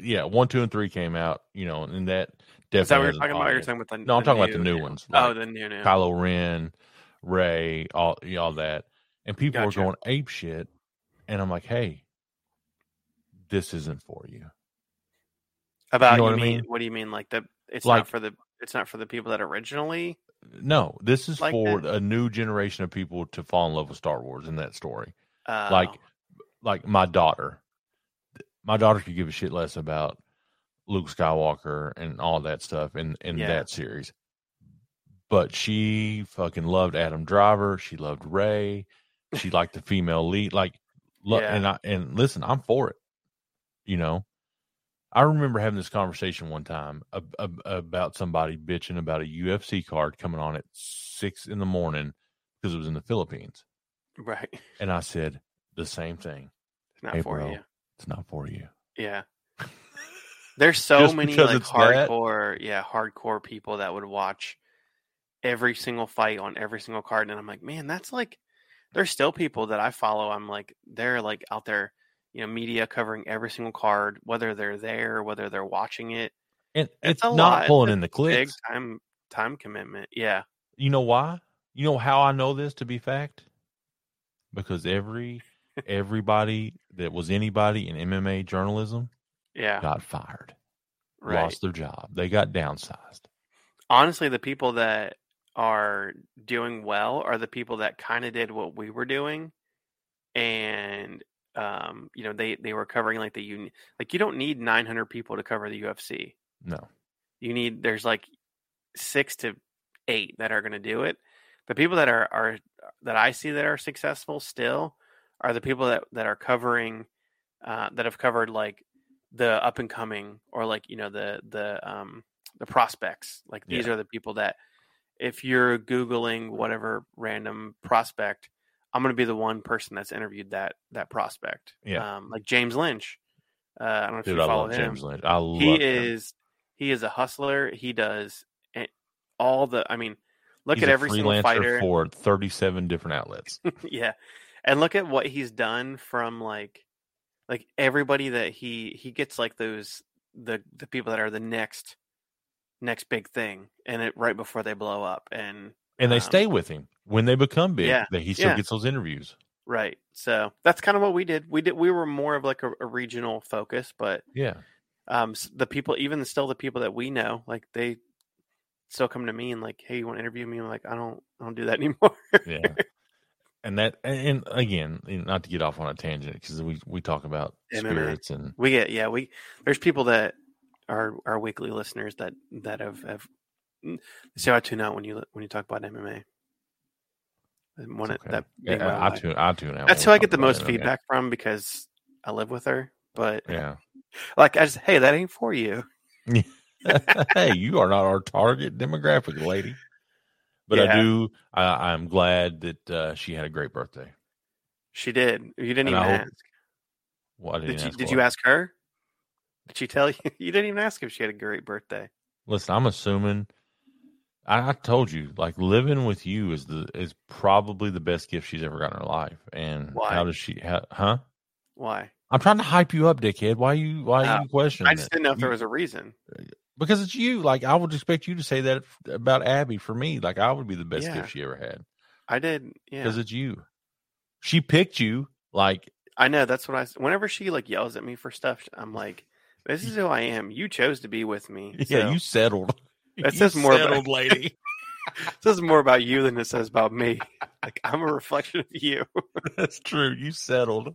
Speaker 3: yeah, one, two, and three came out, you know, and that definitely
Speaker 1: Is that what you're
Speaker 3: has an
Speaker 1: talking about? You're
Speaker 3: audience.
Speaker 1: talking about the
Speaker 3: No, I'm talking about the new
Speaker 1: yeah.
Speaker 3: ones,
Speaker 1: oh,
Speaker 3: like
Speaker 1: the new new.
Speaker 3: Kylo Ren, Ray, all all that, and people
Speaker 1: Gotcha.
Speaker 3: are going ape shit, and I'm like, hey, this isn't for you.
Speaker 1: about
Speaker 3: know
Speaker 1: you
Speaker 3: what I
Speaker 1: mean,
Speaker 3: mean?
Speaker 1: What do you mean? Like the it's
Speaker 3: Like-
Speaker 1: not for the it's not for the people that originally.
Speaker 3: No, this is
Speaker 1: Like
Speaker 3: for
Speaker 1: that?
Speaker 3: a new generation of people to fall in love with Star Wars in that story.
Speaker 1: Uh,
Speaker 3: Like, like my daughter, my daughter could give a shit less about Luke Skywalker and all that stuff in in
Speaker 1: Yeah.
Speaker 3: that series, but she fucking loved Adam Driver. She loved Ray. She liked the female lead. Like, lo-
Speaker 1: Yeah.
Speaker 3: and I and listen, I'm for it. You know, I remember having this conversation one time ab- ab- about somebody bitching about a UFC card coming on at six in the morning because it was in the Philippines,
Speaker 1: right, it's
Speaker 3: and I said the same thing.
Speaker 1: not
Speaker 3: Hey,
Speaker 1: for
Speaker 3: bro.
Speaker 1: you.
Speaker 3: It's not for you.
Speaker 1: Yeah. There's so
Speaker 3: Just
Speaker 1: many
Speaker 3: because
Speaker 1: like
Speaker 3: it's that?
Speaker 1: hardcore, yeah, hardcore people that would watch every single fight on every single card, and I'm like, man, that's like, there's still people that I follow. I'm like, they're like out there, you know, media covering every single card, whether they're there, whether they're watching it,
Speaker 3: And
Speaker 1: It's
Speaker 3: it's,
Speaker 1: a
Speaker 3: not
Speaker 1: lot.
Speaker 3: pulling
Speaker 1: It's
Speaker 3: in the
Speaker 1: big
Speaker 3: clicks.
Speaker 1: time time commitment. Yeah,
Speaker 3: You know why? You know how I know this to be fact? Because every everybody that was anybody in MMA journalism
Speaker 1: yeah,
Speaker 3: got fired,
Speaker 1: right.
Speaker 3: lost their job, they got downsized.
Speaker 1: honestly the people that are doing well are the people that kind of did what we were doing and um you know they they were covering like the union like you don't need 900 people to cover the UFC
Speaker 3: No,
Speaker 1: you need there's like 6 to 8 that are going to do it the people that are are that I see that are successful still are the people that that are covering uh that have covered like the up and coming or like you know the the um the prospects like these
Speaker 3: Yeah.
Speaker 1: are the people that if you're googling whatever random prospect i'm going to be the one person that's interviewed that that prospect
Speaker 3: Yeah.
Speaker 1: um like james lynch uh i don't know if
Speaker 3: dude,
Speaker 1: you
Speaker 3: I
Speaker 1: follow
Speaker 3: love
Speaker 1: him
Speaker 3: James Lynch. I love
Speaker 1: he
Speaker 3: him.
Speaker 1: is he is a hustler he does a- all the i mean look
Speaker 3: He's
Speaker 1: at
Speaker 3: a
Speaker 1: every single
Speaker 3: freelancer
Speaker 1: fighter
Speaker 3: for thirty-seven different outlets.
Speaker 1: yeah and look at what he's done from like like everybody that he he gets like those the the people that are the next next big thing and it right before they blow up and
Speaker 3: and they
Speaker 1: Um,
Speaker 3: stay with him when they become big.
Speaker 1: yeah,
Speaker 3: that he still
Speaker 1: yeah.
Speaker 3: gets those interviews.
Speaker 1: right so that's kind of what we did we did we were more of like a, a regional focus but
Speaker 3: Yeah,
Speaker 1: um s- the people even still the people that we know like they still come to me and like hey you want to interview me i'm like i don't i don't do that anymore
Speaker 3: yeah and that and, and again you know, not to get off on a tangent because we we talk about
Speaker 1: MMA.
Speaker 3: spirits and
Speaker 1: we get yeah we there's people that are our weekly listeners that that have have see how i tune out when you when you talk about mma And one of-
Speaker 3: it's okay.
Speaker 1: that being
Speaker 3: yeah,
Speaker 1: my
Speaker 3: uh, I, I
Speaker 1: wife.
Speaker 3: tune I tune out
Speaker 1: that's who
Speaker 3: when
Speaker 1: i
Speaker 3: we
Speaker 1: get the
Speaker 3: talk about
Speaker 1: most
Speaker 3: MMA.
Speaker 1: feedback from because i live with her but
Speaker 3: yeah
Speaker 1: like i just hey that ain't for you
Speaker 3: hey, you are not our target demographic, lady. But I
Speaker 1: Yeah.
Speaker 3: do. I, I'm glad that uh, she had a great birthday.
Speaker 1: she did you didn't
Speaker 3: And
Speaker 1: even
Speaker 3: I hope-
Speaker 1: ask
Speaker 3: Well, I didn't
Speaker 1: did you
Speaker 3: ask
Speaker 1: did
Speaker 3: what.
Speaker 1: you ask her did she tell you you didn't even ask if she had a great birthday
Speaker 3: Listen, I'm assuming. I, I told you, like living with you is the is probably the best gift she's ever got in her life. And
Speaker 1: Why?
Speaker 3: how does she? How, huh?
Speaker 1: why
Speaker 3: I'm trying to hype you up, dickhead. Why you? Why are you questioning?
Speaker 1: Uh, i just
Speaker 3: it?
Speaker 1: didn't know if
Speaker 3: You-
Speaker 1: there was a reason
Speaker 3: because it's you. Like I would expect you to say that f- about Abby for me. Like I would be the best
Speaker 1: Yeah.
Speaker 3: gift she ever had
Speaker 1: i did yeah
Speaker 3: because it's you. She picked you. Like
Speaker 1: I know that's what I. s- Whenever she like yells at me for stuff, I'm like, "This is who I am. You chose to be with me."
Speaker 3: Yeah,
Speaker 1: So
Speaker 3: you settled.
Speaker 1: That
Speaker 3: You
Speaker 1: says more about-
Speaker 3: settled, lady.
Speaker 1: This is more about you than it says about me. Like I'm a reflection of you.
Speaker 3: That's true. You settled.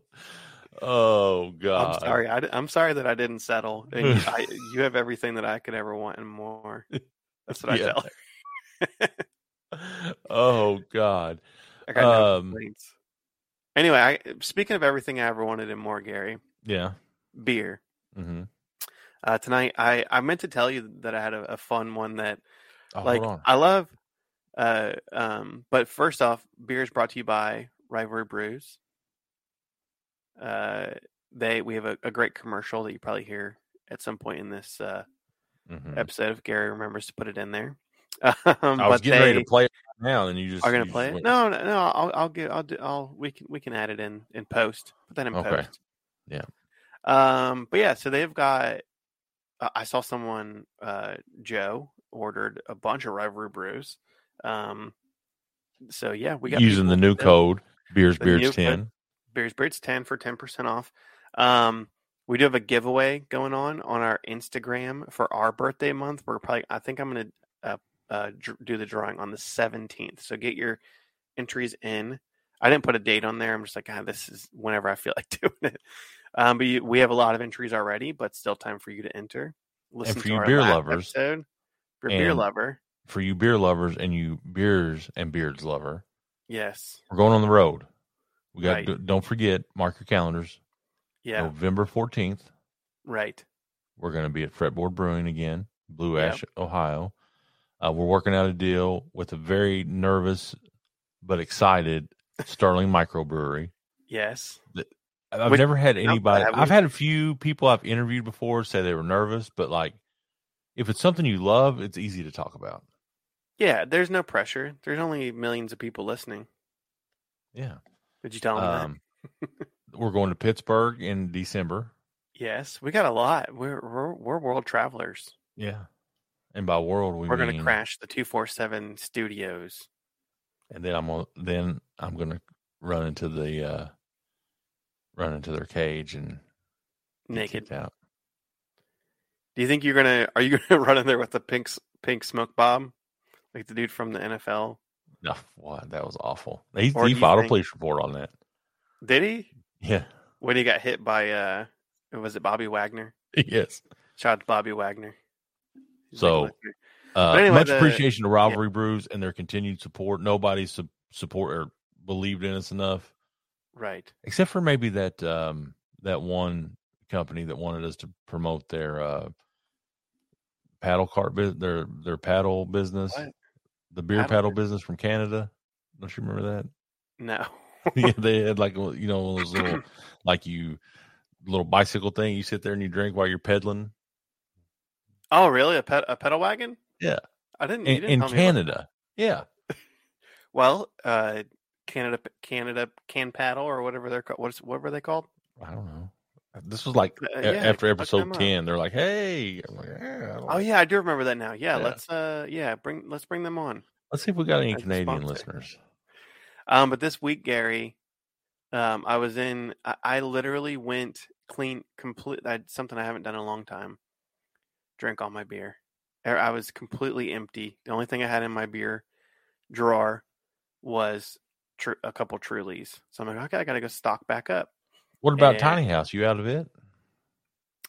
Speaker 3: Oh God.
Speaker 1: I'm sorry. I, am sorry that I didn't settle. And you, I, you have everything that I could ever want and more. That's what I
Speaker 3: Yeah.
Speaker 1: tell her.
Speaker 3: Oh God.
Speaker 1: I got no
Speaker 3: Um,
Speaker 1: complaints. Anyway, I, uh, speaking of everything I ever wanted and more, Gary,
Speaker 3: Yeah.
Speaker 1: beer.
Speaker 3: Mm-hmm.
Speaker 1: Uh, tonight, I, I meant to tell you that I had a, a fun one that
Speaker 3: Oh,
Speaker 1: like
Speaker 3: hold on.
Speaker 1: I love. Uh, um, but first off, beer is brought to you by Rivalry Brews. Uh, they we have a, a great commercial that you probably hear at some point in this uh,
Speaker 3: Mhm.
Speaker 1: episode if Gary remembers to put it in there. Um,
Speaker 3: I was
Speaker 1: but
Speaker 3: getting
Speaker 1: they
Speaker 3: ready to play it right now, and you just
Speaker 1: are
Speaker 3: you
Speaker 1: going to
Speaker 3: just
Speaker 1: play it.
Speaker 3: went-
Speaker 1: No, no, no. I'll I'll get I'll do I'll we can we can add it in in post. Put that in
Speaker 3: Okay.
Speaker 1: post.
Speaker 3: Yeah.
Speaker 1: Um. But yeah, so they've got. Uh, I saw someone, uh, Joe, ordered a bunch of rivalry brews. Um. So yeah, we got
Speaker 3: using the
Speaker 1: people
Speaker 3: new
Speaker 1: that-
Speaker 3: code beers
Speaker 1: The
Speaker 3: beards
Speaker 1: new code.
Speaker 3: ten.
Speaker 1: Beers Beards 10 for 10% off. Um, we do have a giveaway going on on our Instagram for our birthday month. We're probably, I think I'm going to uh, uh, dr- do the drawing on the 17th. So get your entries in. I didn't put a date on there. I'm just like, ah, this is whenever I feel like doing it. Um, but you, we have a lot of entries already, but still time for you to enter. Listen
Speaker 3: for
Speaker 1: to
Speaker 3: you
Speaker 1: our
Speaker 3: beer
Speaker 1: last
Speaker 3: lovers
Speaker 1: episode. If you're a beer
Speaker 3: and-
Speaker 1: lover,
Speaker 3: For you beer lovers and you beers and beards lover,
Speaker 1: yes,
Speaker 3: we're going on the road. We got
Speaker 1: Right.
Speaker 3: d- don't forget, mark your calendars.
Speaker 1: yeah,
Speaker 3: November fourteenth,
Speaker 1: right,
Speaker 3: we're going to be at Fretboard Brewing again, Blue
Speaker 1: Yep.
Speaker 3: Ash, Ohio. Uh, we're working out a deal with a very nervous but excited Sterling Microbrewery.
Speaker 1: yes,
Speaker 3: I've
Speaker 1: Which-
Speaker 3: never had anybody.
Speaker 1: have we?
Speaker 3: I've had a few people I've interviewed before say they were nervous, but like, if it's something you love, it's easy to talk about.
Speaker 1: yeah. There's no pressure. There's only millions of people listening.
Speaker 3: Yeah.
Speaker 1: Did you tell him that?
Speaker 3: Um, we're going to Pittsburgh in December.
Speaker 1: Yes, we got a lot. We're we're, we're world travelers.
Speaker 3: Yeah. And by world, we
Speaker 1: We're going to
Speaker 3: mean-
Speaker 1: crash the 247 studios.
Speaker 3: And then I'm gonna, then I'm going to run into the uh, run into their cage and get
Speaker 1: Naked.
Speaker 3: kicked out.
Speaker 1: Do you think you're going to are you going to run in there with the pink s- pink smoke bomb? Like the dude from the NFL?
Speaker 3: No, what? That was awful. He,
Speaker 1: Or
Speaker 3: he
Speaker 1: do you
Speaker 3: filed a
Speaker 1: think-
Speaker 3: police report on that.
Speaker 1: Did he?
Speaker 3: Yeah.
Speaker 1: When he got hit by uh was it Bobby Wagner?
Speaker 3: Yes.
Speaker 1: Shout out to Bobby Wagner. He's a big
Speaker 3: So,
Speaker 1: listener.
Speaker 3: Uh,
Speaker 1: But anyway,
Speaker 3: much
Speaker 1: the-
Speaker 3: appreciation to Rivalry Brews and their continued support. Nobody su- support or believed in us enough,
Speaker 1: right.
Speaker 3: except for maybe that um, that one company that wanted us to promote their uh, paddle cart, bu- their their paddle business,
Speaker 1: What?
Speaker 3: the beer
Speaker 1: Paddle
Speaker 3: paddle business from Canada. Don't you remember that?
Speaker 1: No.
Speaker 3: yeah, they had like well, you know one of those little like you little bicycle thing. You sit there and you drink while you're pedaling
Speaker 1: Oh, really? A pet, a pedal wagon?
Speaker 3: Yeah.
Speaker 1: I didn't Hmm, you
Speaker 3: in,
Speaker 1: didn't
Speaker 3: in
Speaker 1: tell me about-
Speaker 3: Canada. Yeah,
Speaker 1: Well, uh Canada Canada can paddle or whatever they're called. What's what were they called?
Speaker 3: I don't know. This was like
Speaker 1: Uh,
Speaker 3: a-
Speaker 1: yeah,
Speaker 3: after
Speaker 1: look them
Speaker 3: episode
Speaker 1: up.
Speaker 3: ten. They're like, hey, I'm like, yeah, I don't
Speaker 1: Oh
Speaker 3: know.
Speaker 1: yeah, I do remember that now. Yeah,
Speaker 3: Yeah.
Speaker 1: let's uh yeah, bring let's bring them on.
Speaker 3: Let's see if we got any
Speaker 1: As a
Speaker 3: Canadian
Speaker 1: sponsor.
Speaker 3: listeners.
Speaker 1: Um but this week, Gary, um I was in I, I literally went clean complete I, something I haven't done in a long time. Drink all my beer. Er, I was completely empty. The only thing I had in my beer drawer was tru a couple Trulies. So I'm like, okay, I gotta go stock back up.
Speaker 3: What about
Speaker 1: Eh.
Speaker 3: Tiny House? You out of it?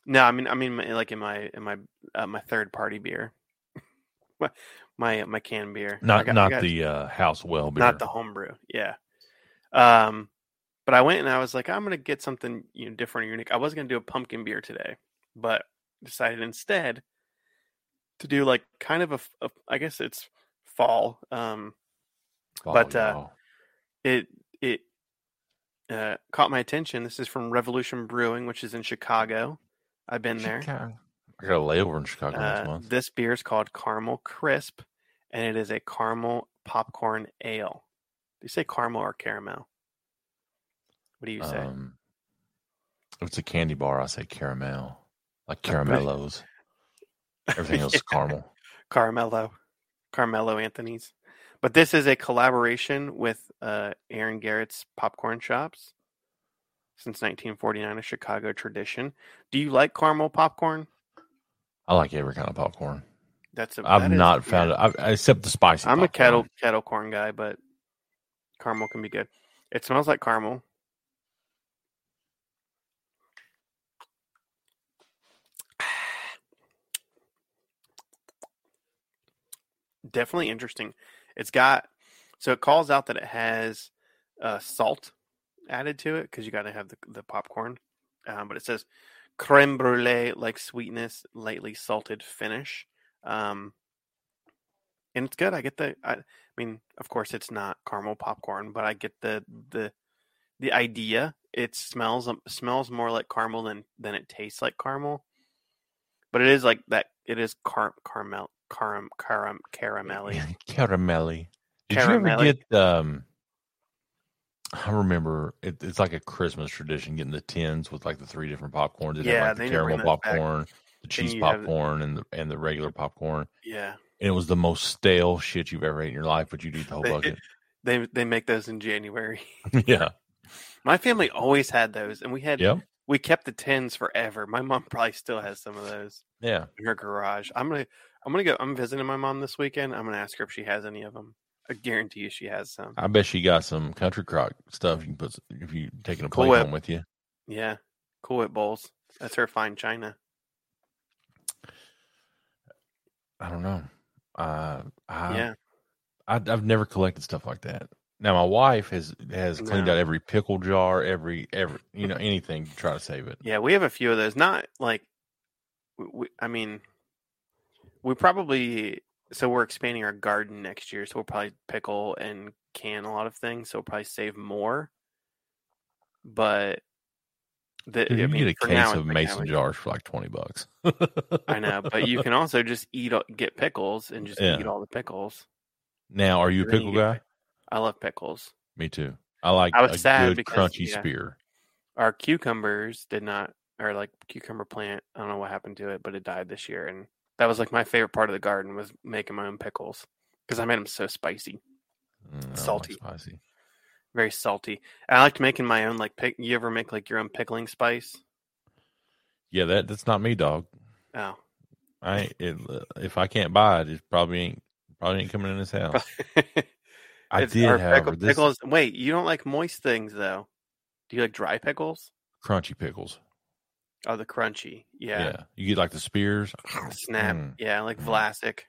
Speaker 1: No, I mean, I mean, my- like in my in my uh, my third party beer, my my my canned beer, I
Speaker 3: Not
Speaker 1: got- I
Speaker 3: not
Speaker 1: got-
Speaker 3: the uh, House Well beer.
Speaker 1: not the homebrew, yeah. Um, but I went and I was like, I'm gonna get something you know different, and unique. I was gonna do a pumpkin beer today, but decided instead to do like kind of a, f- a- I guess it's fall. Um,
Speaker 3: Follow
Speaker 1: but, uh,
Speaker 3: y'all.
Speaker 1: it it uh caught my attention. This is from Revolution Brewing, which is in Chicago. I've been there.
Speaker 3: Chicago. I got a layover in Chicago next
Speaker 1: Uh,
Speaker 3: month.
Speaker 1: this beer is called Caramel Crisp, and it is a caramel popcorn ale. Do you say caramel or caramel? What do you say?
Speaker 3: Um, if it's a candy bar, I say caramel, like caramellos. Everything else is caramel.
Speaker 1: Carmelo, Carmelo Anthony's. But this is a collaboration with uh, Aaron Garrett's Popcorn Shops. since 1949, a Chicago tradition. Do you like caramel popcorn?
Speaker 3: I like every kind of popcorn.
Speaker 1: That's a,
Speaker 3: I've
Speaker 1: that is-
Speaker 3: not
Speaker 1: yeah.
Speaker 3: found it I've, except the spicy.
Speaker 1: I'm a
Speaker 3: popcorn.
Speaker 1: kettle kettle corn guy, but caramel can be good. It smells like caramel. Definitely interesting. It's got so it calls out that it has uh, salt added to it because you got to have the, the popcorn. Um, but it says creme brulee like sweetness, lightly salted finish. Um, and it's good. I get the. I, I mean, of course, it's not caramel popcorn, but I get the the the idea. It smells um, smells more like caramel than than it tastes like caramel. But it is like that. It is car, caramel caram caram caramelly.
Speaker 3: Caramelly. Did you
Speaker 1: Caramelly.
Speaker 3: ever get um I remember it, it's like a Christmas tradition getting the tins with like the three different popcorns. It had,
Speaker 1: Yeah,
Speaker 3: like
Speaker 1: they
Speaker 3: the
Speaker 1: need to
Speaker 3: caramel
Speaker 1: bring those back.
Speaker 3: popcorn, the cheese
Speaker 1: you have the-
Speaker 3: popcorn, and the and the regular popcorn.
Speaker 1: Yeah,
Speaker 3: And it was the most stale shit you've ever ate in your life, but you'd eat the whole bucket.
Speaker 1: they they make those in January.
Speaker 3: yeah.
Speaker 1: My family always had those, and we had
Speaker 3: Yeah.
Speaker 1: we kept the tins forever. My mom probably still has some of those
Speaker 3: Yeah.
Speaker 1: in her garage. I'm gonna I'm gonna go. I'm visiting my mom this weekend. I'm gonna ask her if she has any of them. I guarantee you she has some.
Speaker 3: I bet she got some country crock stuff you can put s- if you taking a
Speaker 1: Cool
Speaker 3: plate
Speaker 1: Whip.
Speaker 3: home with you.
Speaker 1: Yeah, Cool Whip bowls. That's her fine china.
Speaker 3: I don't know. Uh I
Speaker 1: yeah,
Speaker 3: I, I've never collected stuff like that. Now my wife has has cleaned
Speaker 1: No.
Speaker 3: out every pickle jar, every every you know anything to try to save it.
Speaker 1: yeah. We have a few of those. Not like, we, we, I mean, we probably so we're expanding our garden next year, so we'll probably pickle and can a lot of things. So we'll probably save more. But the,
Speaker 3: Dude,
Speaker 1: I
Speaker 3: you
Speaker 1: mean,
Speaker 3: get a
Speaker 1: for
Speaker 3: case
Speaker 1: now it's
Speaker 3: of
Speaker 1: like,
Speaker 3: mason
Speaker 1: I would-
Speaker 3: jars for like twenty bucks.
Speaker 1: I know, but you can also just eat all- get pickles and just
Speaker 3: Yeah.
Speaker 1: eat all the pickles.
Speaker 3: Now, are you a
Speaker 1: And then you get
Speaker 3: pickle guy?
Speaker 1: pic- I love pickles.
Speaker 3: Me too. I like
Speaker 1: I was
Speaker 3: a
Speaker 1: sad
Speaker 3: good
Speaker 1: because-
Speaker 3: crunchy
Speaker 1: yeah.
Speaker 3: spear.
Speaker 1: our cucumbers did not or like cucumber plant i don't know what happened to it but it died this year and that was like my favorite part of the garden was making my own pickles because i made them so spicy
Speaker 3: Mm, I don't like
Speaker 1: Salty.
Speaker 3: spicy.
Speaker 1: very salty and i liked making my own like pick you ever make like your own pickling spice
Speaker 3: Yeah, that that's not me, dog.
Speaker 1: oh
Speaker 3: I ain't- it, if I can't buy it, it probably ain't probably ain't coming in this house. I
Speaker 1: It's-
Speaker 3: did,
Speaker 1: or
Speaker 3: however,
Speaker 1: pickle-
Speaker 3: this
Speaker 1: pickles wait you don't like moist things though do you like dry pickles
Speaker 3: crunchy pickles.
Speaker 1: oh the crunchy yeah,
Speaker 3: you get like the spears.
Speaker 1: snap
Speaker 3: Mm.
Speaker 1: yeah like
Speaker 3: Mm.
Speaker 1: vlasic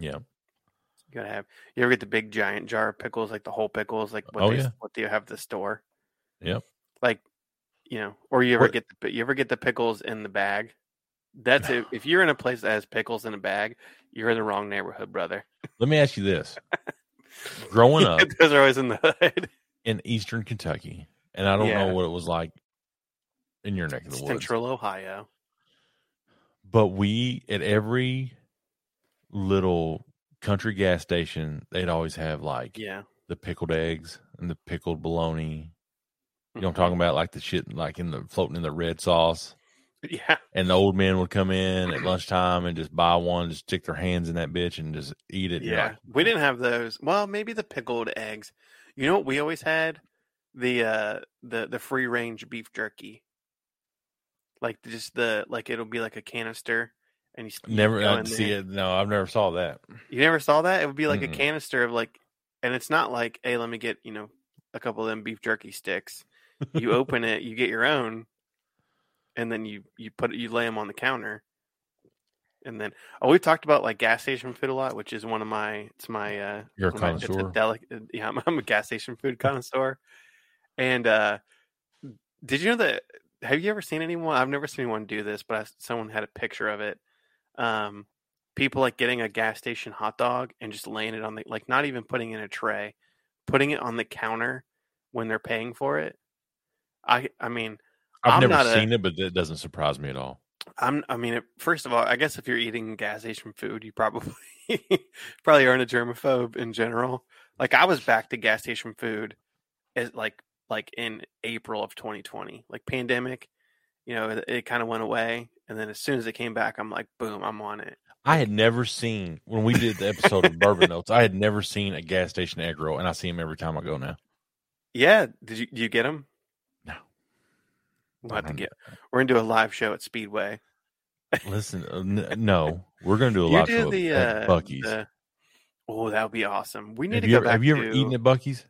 Speaker 3: Yeah,
Speaker 1: you gotta have you ever get the big giant jar of pickles like the whole pickles like what
Speaker 3: Oh,
Speaker 1: they
Speaker 3: yeah.
Speaker 1: what do you have at the store
Speaker 3: Yep.
Speaker 1: like you know or you ever
Speaker 3: What-
Speaker 1: get the, you ever get the pickles in the bag that's it if you're in a place that has pickles in a bag you're in the wrong neighborhood brother
Speaker 3: Let me ask you this. Growing up
Speaker 1: those are always in the hood
Speaker 3: in eastern Kentucky, and I don't
Speaker 1: Yeah.
Speaker 3: know what it was like in your neck of the woods,
Speaker 1: central ohio
Speaker 3: but we at every little country gas station, they'd always have like
Speaker 1: yeah
Speaker 3: the pickled eggs and the pickled bologna. You
Speaker 1: Mm-hmm.
Speaker 3: know what I'm talking about? Like the shit like in the floating in the red sauce.
Speaker 1: yeah
Speaker 3: And the old men would come in at lunchtime and just buy one, just stick their hands in that bitch and just eat it. You're
Speaker 1: yeah
Speaker 3: like,
Speaker 1: we didn't have those well maybe the pickled eggs you know what we always had the uh the the free range beef jerky like just the like it'll be like a canister and you s- you
Speaker 3: never
Speaker 1: go
Speaker 3: I
Speaker 1: in
Speaker 3: see
Speaker 1: there.
Speaker 3: it. No, I've never saw that.
Speaker 1: You never saw that? It would be like a
Speaker 3: Mm-mm.
Speaker 1: canister of like, and it's not like, hey, let me get you know a couple of them beef jerky sticks. You open it, you get your own, and then you you put you lay them on the counter, and then oh, we've talked about like gas station food a lot, which is one of my it's my uh
Speaker 3: You're a
Speaker 1: one of my-
Speaker 3: connoisseur.
Speaker 1: It's a delic- yeah, I'm, I'm a gas station food connoisseur, and uh did you know that? Have you ever seen anyone? I've never seen anyone do this, but I, someone had a picture of it. Um, people like getting a gas station hot dog and just laying it on the like not even putting it in a tray, putting it on the counter when they're paying for it. I I mean
Speaker 3: I've
Speaker 1: I'm
Speaker 3: never
Speaker 1: not a-
Speaker 3: seen it, but that doesn't surprise me at all.
Speaker 1: I'm I mean it, first of all I guess if you're eating gas station food you probably probably aren't a germaphobe in general. Like I was back to gas station food as like like in April of 2020, like pandemic, you know, it, it kind of went away and then as soon as it came back I'm like boom, I'm on it.
Speaker 3: I had never seen when we did the episode of Bourbon Notes. I had never seen a gas station egg roll, and I see them every time I go now.
Speaker 1: Yeah, did you do you get them?
Speaker 3: No.
Speaker 1: We'll have to get. We're gonna do a live show at Speedway.
Speaker 3: Listen, uh, n- no, we're gonna do a
Speaker 1: you
Speaker 3: live
Speaker 1: do
Speaker 3: show
Speaker 1: the
Speaker 3: at
Speaker 1: uh,
Speaker 3: Bucky's.
Speaker 1: the- oh, that would be awesome. We need
Speaker 3: have
Speaker 1: to
Speaker 3: you
Speaker 1: go
Speaker 3: ever,
Speaker 1: back.
Speaker 3: have you ever
Speaker 1: to-
Speaker 3: eaten at Bucky's?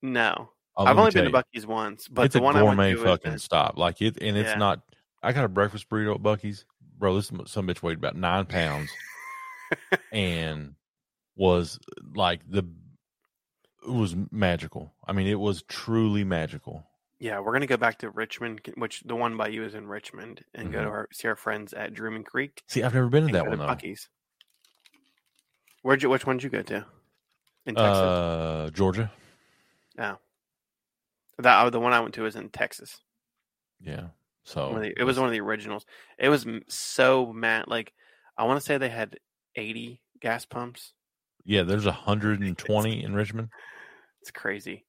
Speaker 1: No,
Speaker 3: Oh, let
Speaker 1: I've
Speaker 3: me
Speaker 1: only
Speaker 3: tell
Speaker 1: been to
Speaker 3: you.
Speaker 1: Bucky's once, but
Speaker 3: it's
Speaker 1: the
Speaker 3: a
Speaker 1: one I went
Speaker 3: gourmet
Speaker 1: to is
Speaker 3: fucking
Speaker 1: the-
Speaker 3: stop. Like it, and it's
Speaker 1: Yeah.
Speaker 3: not. I got a breakfast burrito at Bucky's, bro. This m- some bitch weighed about nine pounds, and was like the. It was magical. I mean, it was truly magical.
Speaker 1: Yeah, we're gonna go back to Richmond, which the one by you is in Richmond, and go to our see our friends at Drummond Creek.
Speaker 3: See, I've never been to
Speaker 1: and
Speaker 3: Mm-hmm. that
Speaker 1: go
Speaker 3: one
Speaker 1: to
Speaker 3: though.
Speaker 1: Bucky's. Where'd you? Which one did you go to? In Texas.
Speaker 3: Uh, Georgia.
Speaker 1: that oh, the one I went to was in Texas.
Speaker 3: Yeah. So
Speaker 1: One of the- it was one of the originals. It was m- so mad. Like I want to say they had eighty gas pumps.
Speaker 3: Yeah, there's 120 in Richmond,
Speaker 1: It's crazy.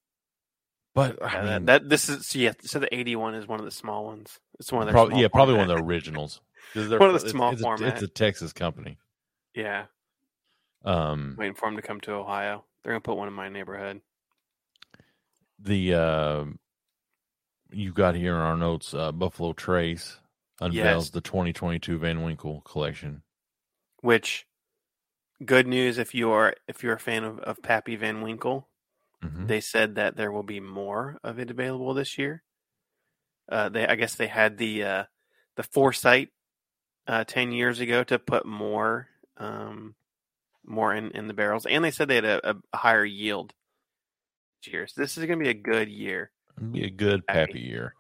Speaker 3: but I
Speaker 1: Yeah, that-
Speaker 3: mean,
Speaker 1: that, this is so yeah. So the eighty one is one of the small ones. It's one of their
Speaker 3: prob-
Speaker 1: small
Speaker 3: yeah, probably one
Speaker 1: format.
Speaker 3: of the originals. 'Cause they're-
Speaker 1: One of the
Speaker 3: it's-
Speaker 1: small
Speaker 3: it's, a-
Speaker 1: format.
Speaker 3: It's a Texas company.
Speaker 1: yeah.
Speaker 3: Um,
Speaker 1: Waiting for them to come to Ohio. They're gonna put one in my neighborhood.
Speaker 3: the uh, you got here in our notes uh, Buffalo Trace unveils
Speaker 1: Yes.
Speaker 3: the 2022 Van Winkle collection.
Speaker 1: Which good news if you are if you're a fan of, of Pappy Van Winkle.
Speaker 3: Mhm.
Speaker 1: They said that there will be more of it available this year. Uh, they, I guess, they had the uh, the foresight uh, ten years ago to put more um, more in, in the barrels, and they said they had a, a- a higher yield. Cheers! This is going to be a good year,
Speaker 3: It'd be a good
Speaker 1: Happy.
Speaker 3: pappy year.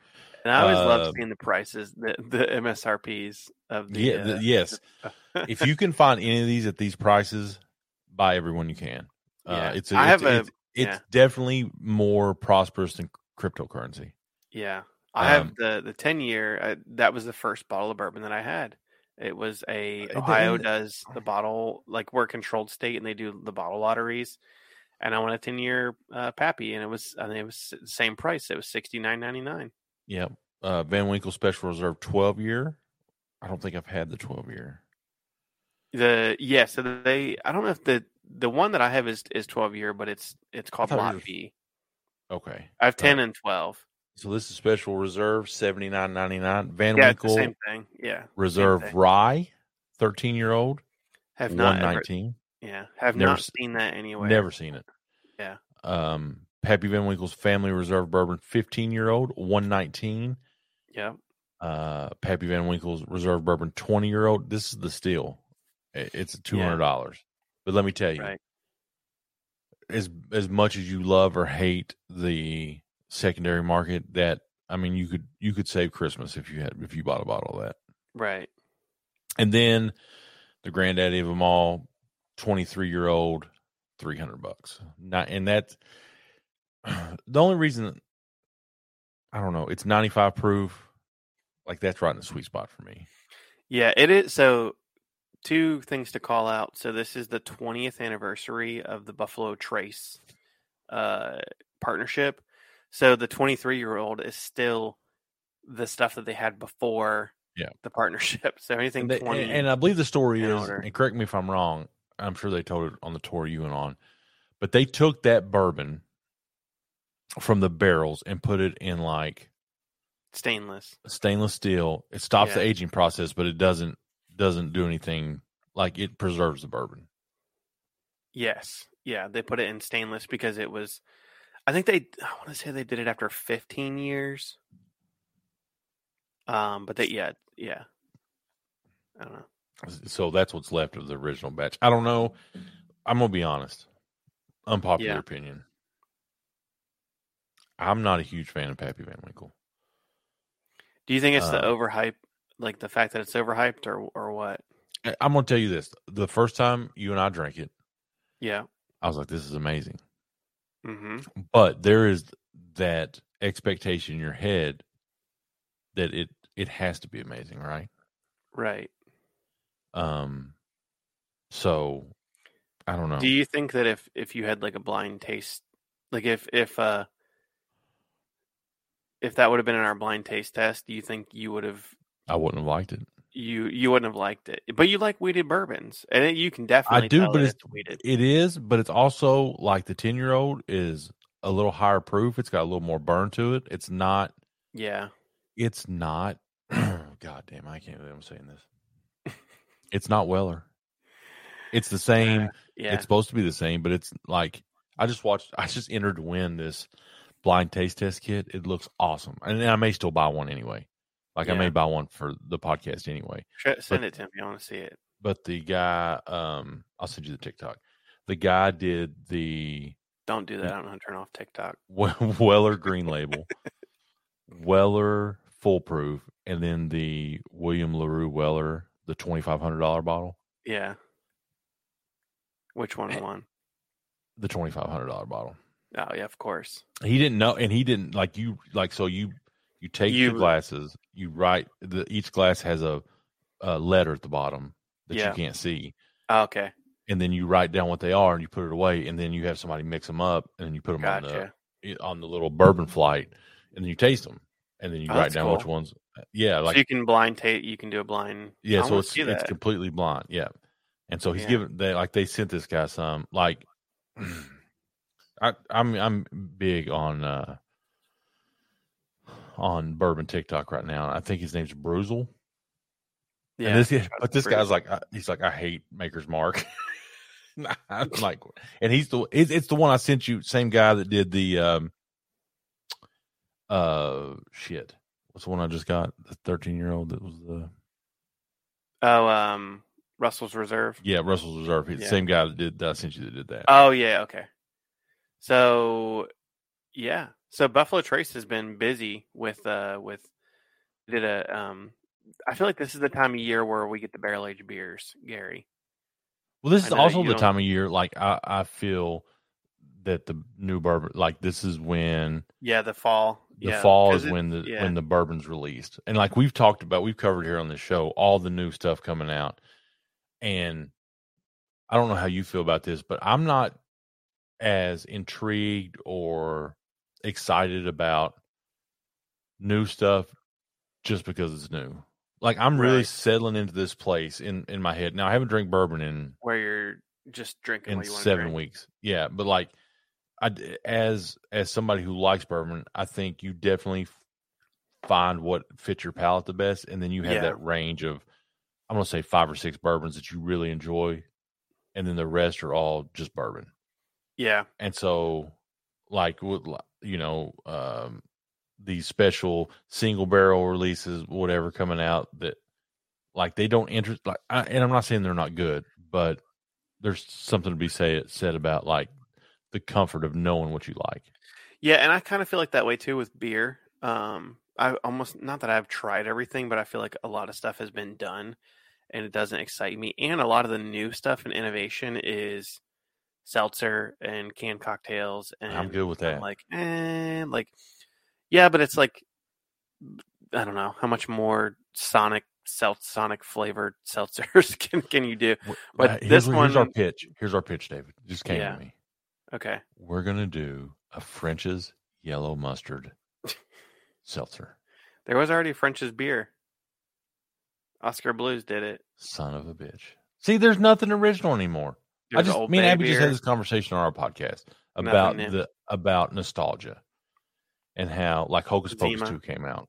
Speaker 1: and I always
Speaker 3: Uh,
Speaker 1: love seeing the prices, the, the MSRPs of the
Speaker 3: Yeah,
Speaker 1: uh,
Speaker 3: th- yes. if you can find any of these at these prices, buy everyone you can.
Speaker 1: Yeah.
Speaker 3: Uh, it's a,
Speaker 1: I have
Speaker 3: it's,
Speaker 1: a-
Speaker 3: it's, it's
Speaker 1: yeah.
Speaker 3: definitely more prosperous than cryptocurrency.
Speaker 1: Yeah, I have
Speaker 3: Um,
Speaker 1: the the ten year. Uh, that was the first bottle of bourbon that I had. It was a
Speaker 3: the-
Speaker 1: Ohio
Speaker 3: and the-
Speaker 1: does the bottle like we're a controlled state and they do the bottle lotteries, and I won a ten year uh, pappy and it was I think it was the same price. It was sixty nine ninety nine.
Speaker 3: Yep. Uh, Van Winkle Special Reserve 12 year. I don't think I've had the 12 year.
Speaker 1: The yeah, so they I don't know if the the one that I have is is twelve year, but it's it's called
Speaker 3: thought
Speaker 1: Lot
Speaker 3: yours-
Speaker 1: B.
Speaker 3: Okay.
Speaker 1: I have ten and twelve.
Speaker 3: So this is Special Reserve 79.99. Van
Speaker 1: yeah, it's the
Speaker 3: Winkle
Speaker 1: same thing. Yeah,
Speaker 3: Reserve
Speaker 1: thing.
Speaker 3: Rye 13 year old
Speaker 1: have not ever,
Speaker 3: 119.
Speaker 1: yeah have
Speaker 3: Never
Speaker 1: not
Speaker 3: s-
Speaker 1: seen that anywhere.
Speaker 3: Never seen it.
Speaker 1: Yeah.
Speaker 3: Um Pappy Van Winkle's Family Reserve Bourbon 15 year old 119.
Speaker 1: Yeah,
Speaker 3: Uh Pappy Van Winkle's Reserve Bourbon 20 year old. This is the steal. I- It's $200. But let me tell you.
Speaker 1: right.
Speaker 3: as as much as you love or hate the secondary market, that I mean, you could you could save Christmas if you had if you bought a bottle of that.
Speaker 1: Right.
Speaker 3: And then the granddaddy of them all, twenty three year old, three hundred bucks. Not and that the only reason I don't know it's ninety five proof, like that's right in the sweet spot for me.
Speaker 1: Yeah, it is. So, two things to call out. So, this is the 20th anniversary of the Buffalo Trace uh, partnership. So, the 23 year old is still the stuff that they had before
Speaker 3: Yeah.
Speaker 1: the partnership. So, anything
Speaker 3: And, they-
Speaker 1: 20.
Speaker 3: and- and uh I believe the story
Speaker 1: in
Speaker 3: is,
Speaker 1: order.
Speaker 3: and correct me if I'm wrong, I'm sure they told it on the tour you went on, but they took that bourbon from the barrels and put it in like
Speaker 1: stainless.
Speaker 3: stainless steel. It stops the
Speaker 1: Yeah.
Speaker 3: aging process, but it doesn't doesn't do anything like it preserves the bourbon.
Speaker 1: Yes. Yeah. They put it in stainless because it was, I think they, I want to say they did it after 15 years. Um, but they, yeah, yeah. I don't know.
Speaker 3: So that's what's left of the original batch. I don't know. I'm gonna be honest. Unpopular
Speaker 1: Yeah.
Speaker 3: opinion. I'm not a huge fan of Pappy Van Winkle.
Speaker 1: Do you think it's the
Speaker 3: Uh,
Speaker 1: overhype, like the fact that it's overhyped, or or what?
Speaker 3: I- I'm gonna tell you this: the first time you and I drank it,
Speaker 1: Yeah.
Speaker 3: I was like, this is amazing.
Speaker 1: Mm-hmm.
Speaker 3: But there is that expectation in your head that it it has to be amazing, right?
Speaker 1: Right.
Speaker 3: Um so I don't know.
Speaker 1: Do you think that if if you had like a blind taste, like if if uh if that would have been in our blind taste test, do you think you would have
Speaker 3: I wouldn't have liked it.
Speaker 1: you you wouldn't have liked it? But you like weeded bourbons, and it, you can definitely
Speaker 3: I do,
Speaker 1: tell
Speaker 3: but
Speaker 1: that
Speaker 3: it's
Speaker 1: weeded.
Speaker 3: it is, but it's also like the 10-year-old is a little higher proof. It's got a little more burn to it. It's not
Speaker 1: Yeah.
Speaker 3: It's not. God damn! I can't believe I'm saying this. It's not Weller. It's the same.
Speaker 1: Yeah.
Speaker 3: It's supposed to be the same, but it's like I just watched. I just entered to win this blind taste test kit. It looks awesome, and I may still buy one anyway. Like I
Speaker 1: Yeah.
Speaker 3: may buy one for the podcast anyway.
Speaker 1: Sh- Send it to me. I want to see it.
Speaker 3: But the guy, um, I'll send you the TikTok. The guy did the
Speaker 1: Don't do that. I don't know how to turn off TikTok.
Speaker 3: We- Weller Green Label, Weller Foolproof, and then the William Larue Weller, the twenty five hundred dollar bottle,
Speaker 1: Yeah. Which one won?
Speaker 3: the twenty five hundred dollar bottle.
Speaker 1: Oh yeah, of course.
Speaker 3: He didn't know, and he didn't like you. Like so, you you take
Speaker 1: You-
Speaker 3: two glasses, you write the each glass has a, a letter at the bottom that
Speaker 1: Yeah.
Speaker 3: you can't see,
Speaker 1: Oh, okay,
Speaker 3: and then you write down what they are and you put it away, and then you have somebody mix them up and then you put them on the
Speaker 1: gotcha.
Speaker 3: it- on the little bourbon flight, and then you taste them, and then you
Speaker 1: Oh,
Speaker 3: write
Speaker 1: that's
Speaker 3: down which
Speaker 1: cool.
Speaker 3: ones. uh, Yeah, like
Speaker 1: so you can blind tape. You can do a blind. I
Speaker 3: yeah, so
Speaker 1: wanna
Speaker 3: it's
Speaker 1: see
Speaker 3: it's
Speaker 1: that.
Speaker 3: completely blind. Yeah, and so he's
Speaker 1: Yeah.
Speaker 3: given they like they sent this guy some like, I I'm I'm big on uh on bourbon TikTok right now. I think his name's Bruzel.
Speaker 1: yeah.
Speaker 3: and this guy- but
Speaker 1: to
Speaker 3: this
Speaker 1: Bruce.
Speaker 3: guy's like I, he's like I hate Maker's Mark. I'm like, and he's the it's, it's the one I sent you. Same guy that did the um uh shit. What's the one I just got? The thirteen year old that was the
Speaker 1: oh, um, Russell's Reserve.
Speaker 3: yeah Russell's Reserve. He's
Speaker 1: Yeah.
Speaker 3: the same guy that did that I sent you that did that.
Speaker 1: Oh yeah, okay. So yeah, so Buffalo Trace has been busy with uh with did a um. I feel like this is the time of year where we get the barrel aged beers, Gary.
Speaker 3: well, this
Speaker 1: I
Speaker 3: is
Speaker 1: know that
Speaker 3: also
Speaker 1: you
Speaker 3: the
Speaker 1: don't-
Speaker 3: time of year. Like I I feel that the new bourbon like this is when
Speaker 1: Yeah, the fall.
Speaker 3: the
Speaker 1: yeah,
Speaker 3: fall
Speaker 1: 'cause
Speaker 3: is
Speaker 1: it-
Speaker 3: when the
Speaker 1: yeah.
Speaker 3: when the bourbon's released and like we've talked about we've covered here on the show all the new stuff coming out and i don't know how you feel about this but i'm not as intrigued or excited about new stuff just because it's new like i'm really
Speaker 1: Right.
Speaker 3: settling into this place in in my head now i haven't drank bourbon in
Speaker 1: where you're just drinking
Speaker 3: in
Speaker 1: what you want
Speaker 3: seven
Speaker 1: to drink.
Speaker 3: weeks. Yeah, but like, I d- as as somebody who likes bourbon, I think you definitely f- find what fits your palate the best, and then you have
Speaker 1: Yeah.
Speaker 3: that range of I'm gonna say five or six bourbons that you really enjoy, and then the rest are all just bourbon.
Speaker 1: Yeah,
Speaker 3: And so, like, with li- you know, um, these special single barrel releases, whatever coming out that, like, they don't interest. Like, I, and I'm not saying they're not good, but there's something to be say, said about like the comfort of knowing what you like.
Speaker 1: yeah, and I kind of feel like that way too with beer. Um, I almost not that I've tried everything, but I feel like a lot of stuff has been done, and it doesn't excite me. And a lot of the new stuff and innovation is seltzer and canned cocktails. And
Speaker 3: I'm good with that.
Speaker 1: I'm like, and like, yeah, but it's like, I don't know how much more sonic seltz sonic flavored seltzers can can you do?
Speaker 3: W-
Speaker 1: but
Speaker 3: uh,
Speaker 1: this
Speaker 3: here's, what- here's our
Speaker 1: one-
Speaker 3: pitch. Here's our pitch, David. Just came
Speaker 1: Yeah.
Speaker 3: to me.
Speaker 1: Okay,
Speaker 3: We're gonna do a French's yellow mustard seltzer.
Speaker 1: there was already French's beer. Oscar Blues did it.
Speaker 3: Son of a bitch. See, there's nothing original anymore. I
Speaker 1: There's
Speaker 3: just
Speaker 1: Old
Speaker 3: me and
Speaker 1: Bay
Speaker 3: Abby just
Speaker 1: beer.
Speaker 3: had this conversation on our podcast
Speaker 1: Nothing
Speaker 3: about
Speaker 1: new.
Speaker 3: the about nostalgia and how like Hocus Pocus
Speaker 1: Zima.
Speaker 3: two came out,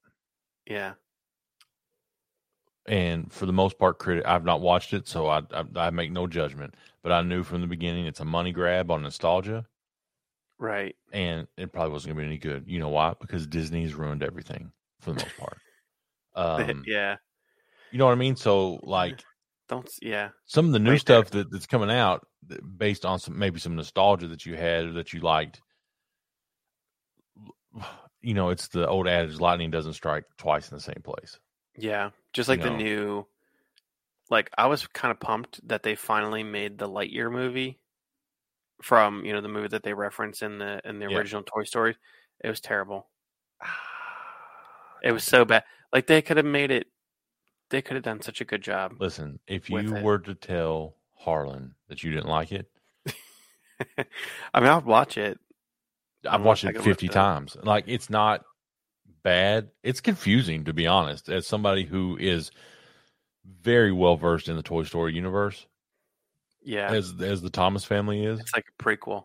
Speaker 1: Yeah.
Speaker 3: and for the most part, critic I've not watched it, so I, I I make no judgment. But I knew from the beginning it's a money grab on nostalgia,
Speaker 1: Right.
Speaker 3: and it probably wasn't going to be any good. You know why? Because Disney's ruined everything for the most part. Um,
Speaker 1: yeah.
Speaker 3: You know what I mean? So like
Speaker 1: Don't. s- Yeah.
Speaker 3: some of the new
Speaker 1: Right there.
Speaker 3: stuff that, that's coming out th- based on some maybe some nostalgia that you had or that you liked you know it's the old adage lightning doesn't strike twice in the same place
Speaker 1: Yeah. Just like
Speaker 3: No.
Speaker 1: the new. Like I was kind of pumped that they finally made the Lightyear movie. From you know the movie that they reference in the in the
Speaker 3: Yeah.
Speaker 1: original Toy Story, it was terrible. It was so bad. Like they could have made it. They could have done such a good job.
Speaker 3: listen if
Speaker 1: With
Speaker 3: you
Speaker 1: it.
Speaker 3: were to tell harlan that you didn't like it
Speaker 1: I mean, I'll watch it.
Speaker 3: i've
Speaker 1: Unless
Speaker 3: watched
Speaker 1: Mm, I
Speaker 3: it
Speaker 1: could
Speaker 3: 50
Speaker 1: look it up.
Speaker 3: times like it's not bad it's confusing to be honest as somebody who is very well versed in the toy story universe
Speaker 1: Yeah,
Speaker 3: as as the thomas family is
Speaker 1: it's like a prequel.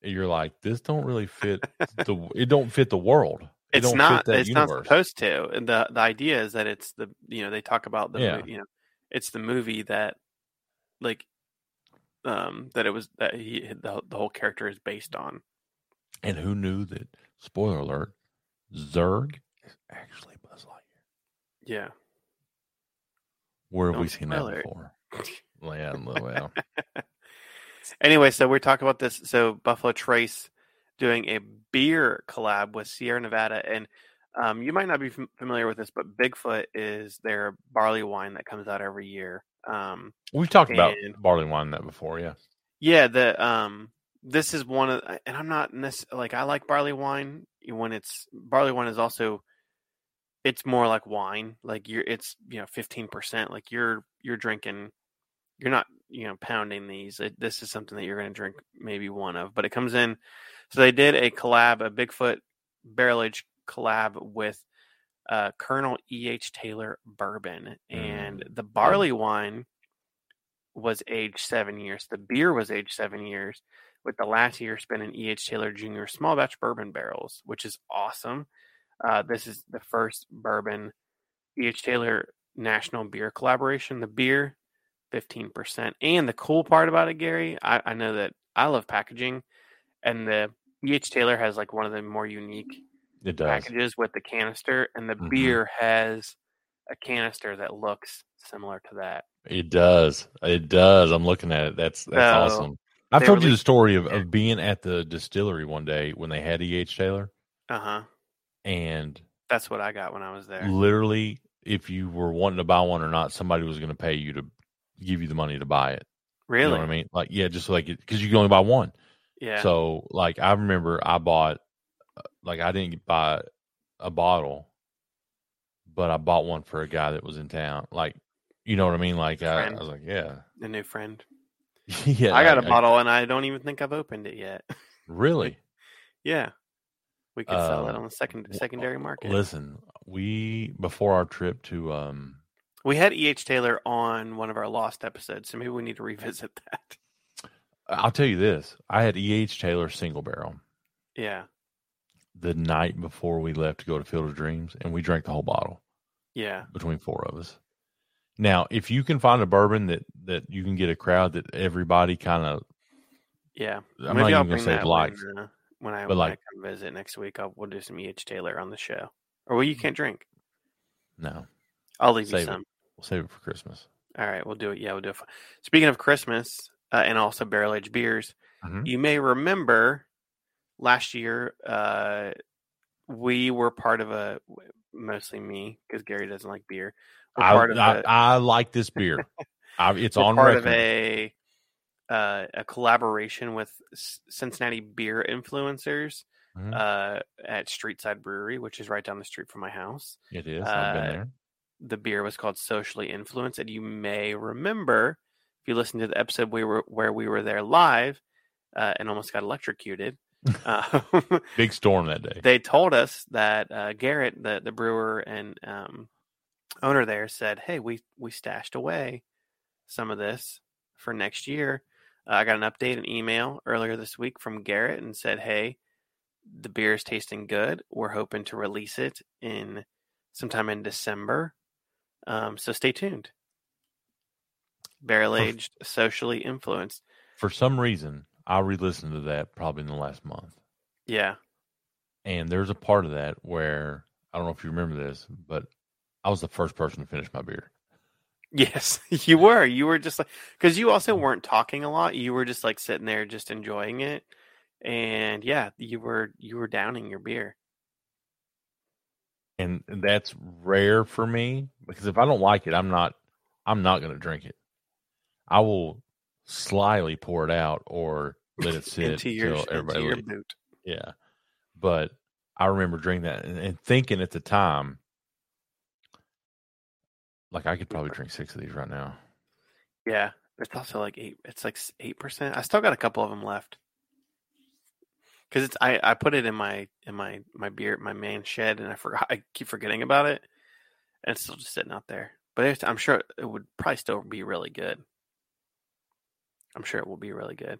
Speaker 3: you're like this don't really fit the it don't fit the world They
Speaker 1: it's
Speaker 3: don't fit
Speaker 1: not
Speaker 3: that
Speaker 1: it's not
Speaker 3: universe.
Speaker 1: supposed to and the the idea is that it's the you know they talk about the
Speaker 3: Yeah.
Speaker 1: you know it's the movie that like um that it was that he the, the whole character is based on
Speaker 3: And who knew that? Spoiler alert: Zurg is actually Buzz Lightyear.
Speaker 1: yeah
Speaker 3: Where have
Speaker 1: Don't
Speaker 3: we seen that
Speaker 1: spoil it.
Speaker 3: before? Well, yeah, well,
Speaker 1: anyway so we're talking about this so buffalo trace doing a beer collab with sierra nevada and um, you might not be fam- familiar with this but bigfoot is their barley wine that comes out every year um,
Speaker 3: we've talked about
Speaker 1: And-
Speaker 3: barley wine that before. Yeah,
Speaker 1: Yeah, the um this is one of and I'm not necess- like I like barley wine when it's barley wine is also it's more like wine. Like you're it's you know 15% like you're you're drinking you're not you know pounding these. It, this is something that you're going to drink maybe one of, but it comes in so they did a collab a Bigfoot barrel age collab with uh, Colonel E.H. Taylor Bourbon and the barley wine was age seven years. The beer was age seven years, with the last year spent in E.H. Taylor Jr. small batch bourbon barrels, which is awesome. Uh, this is the first bourbon E.H. Taylor national beer collaboration. The beer, 15%. And the cool part about it, Gary, I, I know that I love packaging, and the E.H. Taylor has like one of the more unique
Speaker 3: it does.
Speaker 1: packages with the canister, and the
Speaker 3: Mhm.
Speaker 1: beer has a canister that looks similar to that.
Speaker 3: It does. It does. I'm looking at it. That's that's
Speaker 1: So,
Speaker 3: awesome. I've
Speaker 1: they
Speaker 3: told you the
Speaker 1: released-
Speaker 3: story of, of being at the distillery one day when they had E.H. Taylor,
Speaker 1: Uh
Speaker 3: Uh-huh.
Speaker 1: huh.
Speaker 3: and
Speaker 1: That's what I got when I was
Speaker 3: Mm,
Speaker 1: there.
Speaker 3: literally, if you were wanting to buy one or not, somebody was going to pay you to give you the money to buy it.
Speaker 1: Really?
Speaker 3: You know what I mean? Like, yeah, just like because you can only buy one.
Speaker 1: Yeah.
Speaker 3: So, like, I remember I bought, uh, like, I didn't buy a bottle, but I bought one for a guy that was in town. Like, you know what I mean? Like, I, I
Speaker 1: Friend.
Speaker 3: was like, yeah,
Speaker 1: a new friend.
Speaker 3: yeah.
Speaker 1: I got a
Speaker 3: like,
Speaker 1: bottle and I don't even think I've opened it yet.
Speaker 3: really.
Speaker 1: yeah. We could sell that
Speaker 3: Um,
Speaker 1: on the second
Speaker 3: w-
Speaker 1: secondary market.
Speaker 3: Listen, we before our trip to um
Speaker 1: We had E.H. Taylor on one of our lost episodes, so maybe we need to revisit that.
Speaker 3: I'll tell you this. I had EH Taylor single barrel
Speaker 1: Yeah.
Speaker 3: the night before we left to go to Field of Dreams and we drank the whole bottle
Speaker 1: Yeah.
Speaker 3: between four of us. Now, if you can find a bourbon that that you can get a crowd that everybody kind of
Speaker 1: Yeah.
Speaker 3: I'm not even going to say
Speaker 1: that
Speaker 3: likes.
Speaker 1: when, uh, when I
Speaker 3: but
Speaker 1: when
Speaker 3: like-
Speaker 1: I come visit next week. I'll, we'll do some E.H. Taylor on the show. Or well, you can't drink.
Speaker 3: No.
Speaker 1: I'll leave
Speaker 3: Mm-hmm. Save
Speaker 1: you
Speaker 3: it.
Speaker 1: some.
Speaker 3: We'll save it for Christmas.
Speaker 1: All right, we'll do it. Yeah, we'll do it. Speaking of Christmas uh, and also barrel aged beers,
Speaker 3: Mhm.
Speaker 1: you may remember last year uh, we were part of a mostly me because Gary doesn't like beer. We're
Speaker 3: I,
Speaker 1: part of
Speaker 3: I,
Speaker 1: a-
Speaker 3: I like this beer. I, it's
Speaker 1: we're
Speaker 3: on
Speaker 1: part
Speaker 3: record.
Speaker 1: of a uh, a collaboration with C- Cincinnati beer influencers
Speaker 3: Mhm.
Speaker 1: uh, at Streetside Brewery, which is right down the street from my house.
Speaker 3: it is. I've been
Speaker 1: uh,
Speaker 3: there.
Speaker 1: the beer was called socially influenced and you may remember if you listened to the episode we were where we were there live uh, and almost got electrocuted uh,
Speaker 3: Big storm that day.
Speaker 1: they told us that uh, garrett the, the brewer and um, owner there said hey we, we stashed away some of this for next year uh, i got an update an email earlier this week from garrett and said hey the beer is tasting good we're hoping to release it in sometime in december um, so stay tuned. Barrel aged, socially influenced.
Speaker 3: for some reason, I re-listened to that probably in the last month.
Speaker 1: Yeah.
Speaker 3: And there's a part of that where I don't know if you remember this, but I was the first person to finish my beer.
Speaker 1: Yes, you were. You were just like because you also weren't talking a lot. You were just like sitting there, just enjoying it. And yeah, you were you were downing your beer.
Speaker 3: And that's rare for me because if I don't like it, I'm not I'm not going to drink it. I will slyly pour it out or let it sit
Speaker 1: into your,
Speaker 3: till
Speaker 1: into
Speaker 3: everybody
Speaker 1: your
Speaker 3: leaves.
Speaker 1: boot.
Speaker 3: Yeah. But I remember drinking that and, and thinking at the time like I could probably drink 6 of these right now.
Speaker 1: Yeah, it's also like eight. It's like eight percent. I still got a couple of them left because it's I I put it in my in my my beer my man shed and I forgot I keep forgetting about it and it's still just sitting out there. But it's, I'm sure it would probably still be really good. I'm sure it will be really good.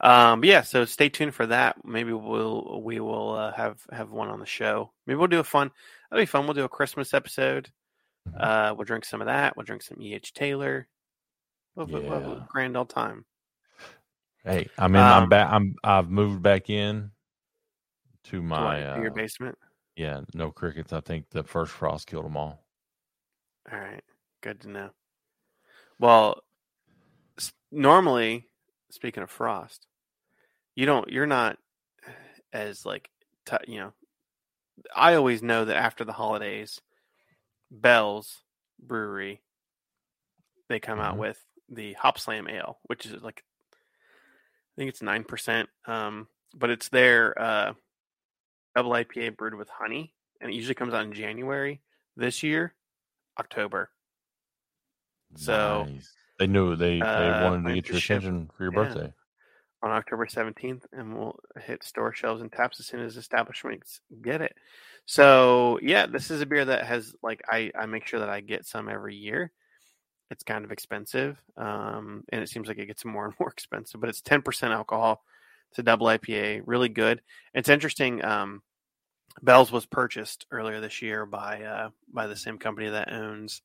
Speaker 1: Um, but yeah, so stay tuned for that. Maybe we'll we will uh, have have one on the show. Maybe we'll do a fun. That'll be fun. We'll do a Christmas episode. Uh, we'll drink some of that. We'll drink some E. H. Taylor. We'll, we'll- we'll have a
Speaker 3: Yeah.
Speaker 1: grand old time.
Speaker 3: Hey, I mean,
Speaker 1: Um,
Speaker 3: I'm back. I'm I've moved back in to
Speaker 1: Do you want
Speaker 3: my
Speaker 1: to do your
Speaker 3: uh,
Speaker 1: basement.
Speaker 3: yeah. No crickets. I think the first frost killed them all.
Speaker 1: All right, good to know. Well, s- normally, speaking of frost, you don't. You're not as like t- you know. I always know that after the holidays, Bell's Brewery, they come out
Speaker 3: Mhm.
Speaker 1: with the Hop Slam Ale, which is like, I think it's nine percent, um, but it's their uh, double IPA brewed with honey, and it usually comes out in January. This year, October. So,
Speaker 3: Nice. they knew they,
Speaker 1: uh,
Speaker 3: they wanted
Speaker 1: I
Speaker 3: to get your
Speaker 1: appreciate-
Speaker 3: attention for your
Speaker 1: yeah.
Speaker 3: birthday.
Speaker 1: on October 17th and will hit store shelves and taps as soon as establishments get it. So, yeah, this is a beer that has like I I make sure that I get some every year. It's kind of expensive. Um and it seems like it gets more and more expensive, but it's 10% alcohol. It's a double IPA, really good. It's interesting um Bell's was purchased earlier this year by uh by the same company that owns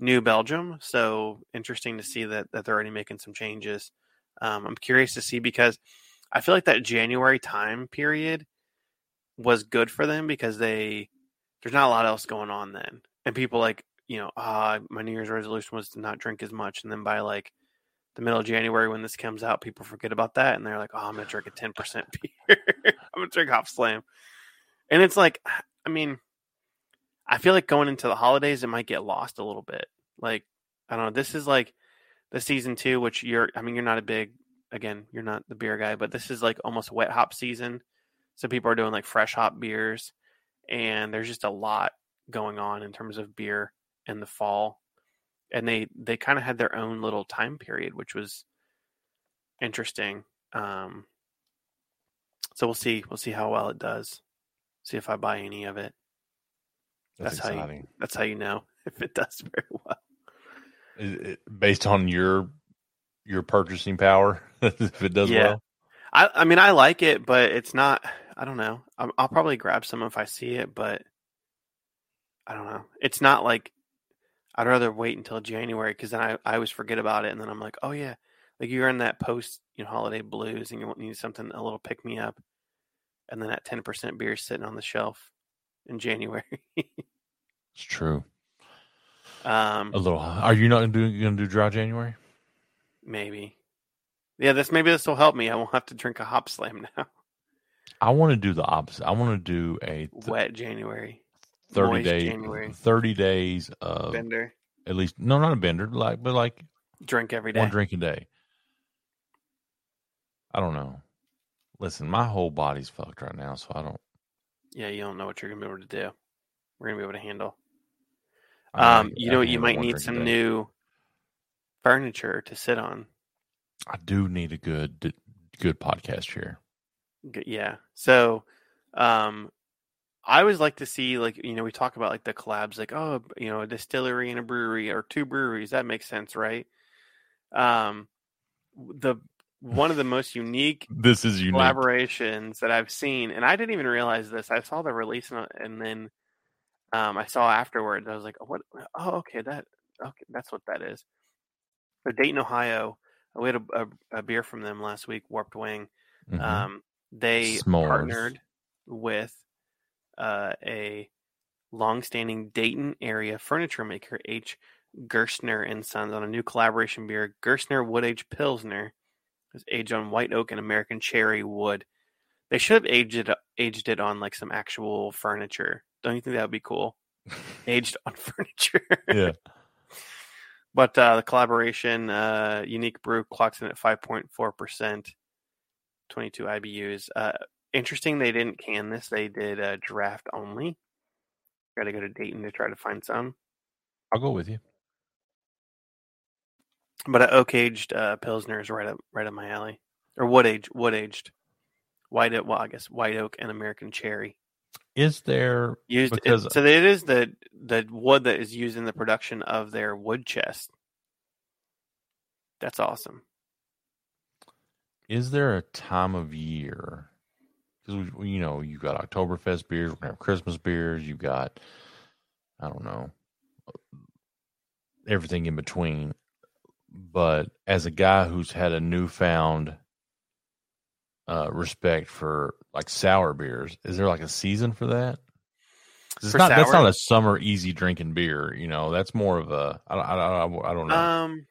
Speaker 1: New Belgium. So, interesting to see that that they're already making some changes um, I'm curious to see because I feel like that January time period was good for them because they there's not a lot else going on then, and people like you know ah my New Year's resolution was to not drink as much, and then by like the middle of January when this comes out, people forget about that, and they're like oh I'm gonna drink a ten percent beer, I'm gonna drink Hop Slam, and it's like I mean I feel like going into the holidays it might get lost a little bit like I don't know this is like the season two, which you're, I mean, you're not a big, again, you're not the beer guy, but this is like almost wet hop season. So people are doing like fresh hop beers, and there's just a lot going on in terms of beer in the fall. And they they kind of had their own little time period, which was interesting. Um, so we'll see, we'll see how well it does. See if I buy any of it. That's how you- That's how you know if it does very well.
Speaker 3: Is it- based on your your purchasing power, if it does
Speaker 1: Yeah.
Speaker 3: well.
Speaker 1: I, I mean, I like it, but it's not. I don't know. i I'll probably grab some if I see it, but I don't know. It's not like I'd rather wait until January because then I, I always forget about it, and then I'm like, oh yeah, like you're in that post you know holiday blues, and you want- need something a little pick me up, and then that ten percent beer sitting on the shelf in January.
Speaker 3: It's true.
Speaker 1: um,
Speaker 3: A little. Are you not doing going to do dry January?
Speaker 1: maybe. Yeah, this maybe this will help me. I won't have to drink a hop slam now.
Speaker 3: I want to do the opposite. I want to do a th-
Speaker 1: Wet January
Speaker 3: thirty
Speaker 1: moist
Speaker 3: day
Speaker 1: January.
Speaker 3: thirty days of
Speaker 1: bender.
Speaker 3: at least no, not a bender, like but like
Speaker 1: Drink every day.
Speaker 3: one drink a day. I don't know. Listen, my whole body's fucked right now, so I don't.
Speaker 1: Yeah, you don't know what you're gonna be able to do. We're gonna be able to handle.
Speaker 3: I
Speaker 1: Um,
Speaker 3: mean, I
Speaker 1: you
Speaker 3: can
Speaker 1: know, what? you
Speaker 3: handle
Speaker 1: might
Speaker 3: one
Speaker 1: need
Speaker 3: drink a
Speaker 1: some
Speaker 3: day.
Speaker 1: new furniture to sit on.
Speaker 3: I do need a good, d- good podcast chair.
Speaker 1: G- Yeah. So, um, I always like to see like you know we talk about like the collabs like oh you know a distillery and a brewery or two breweries that makes sense right? Um, the one of the most unique
Speaker 3: This is unique.
Speaker 1: collaborations that I've seen, and I didn't even realize this. I saw the release and, and then um, I saw afterwards. I was like, "What? Oh, okay, that okay, that's what that is." So Dayton, Ohio, we had a, a, a beer from them last week, Warped Wing.
Speaker 3: Mhm.
Speaker 1: Um, they
Speaker 3: S'mores.
Speaker 1: partnered with uh, a longstanding Dayton area furniture maker, H. Gerstner and Sons, on a new collaboration beer, Gerstner Wood Age Pilsner, is aged on white oak and American cherry wood. They should have aged it, aged it on like some actual furniture. Don't you think that would be cool? aged on furniture.
Speaker 3: yeah,
Speaker 1: But uh, the collaboration, uh, unique brew clocks in at five point four percent, twenty two IBUs. Uh, interesting, they didn't can this; they did uh, draft only. Got to go to Dayton to try to find some.
Speaker 3: I'll go with you.
Speaker 1: But uh, oak aged uh, pilsner is right up right up my alley, or wood aged wood aged, white oak. Well, I guess white oak and American cherry
Speaker 3: Is there?
Speaker 1: used. it-
Speaker 3: Because-
Speaker 1: so it is the the wood that is used in the production of their wood chest. That's awesome.
Speaker 3: Is there a time of year? Because we, you know, you got Oktoberfest beers, we're gonna have Christmas beers. You got, I don't know, everything in between. But as a guy who's had a newfound uh, respect for like sour beers, is there like a season for that? 'Cause It's
Speaker 1: For
Speaker 3: not, that's
Speaker 1: sour?
Speaker 3: not a summer easy drinking beer, you know. That's more of a I don't, I don't, I don't know.
Speaker 1: Um,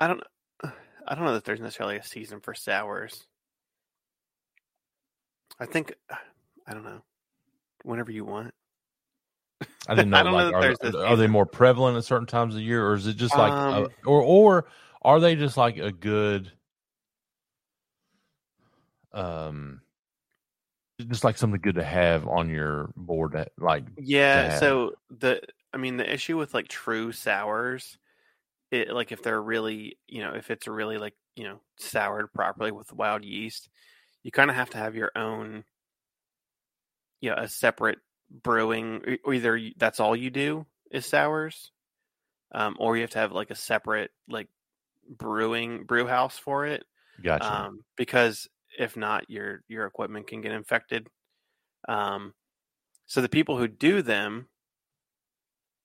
Speaker 1: I don't. I don't know that there's necessarily a season for sours. I think I don't know. Whenever you want,
Speaker 3: I didn't know.
Speaker 1: I don't know
Speaker 3: like,
Speaker 1: that
Speaker 3: are,
Speaker 1: there's this
Speaker 3: are they
Speaker 1: either.
Speaker 3: more prevalent at certain times of the year, or is it just like,
Speaker 1: Um,
Speaker 3: a, or or are they just like a good, um, just like something good to have on your board? That like,
Speaker 1: Yeah,
Speaker 3: have.
Speaker 1: so the I mean the issue with like true sours, it like if they're really you know if it's really like you know soured properly with wild yeast, you kind of have to have your own, you know, a separate brewing. e- Or either you- that's all you do is sours, um, or you have to have like a separate like brewing brew house for it
Speaker 3: gotcha.
Speaker 1: um, because if not, your your equipment can get infected. Um, so the people who do them,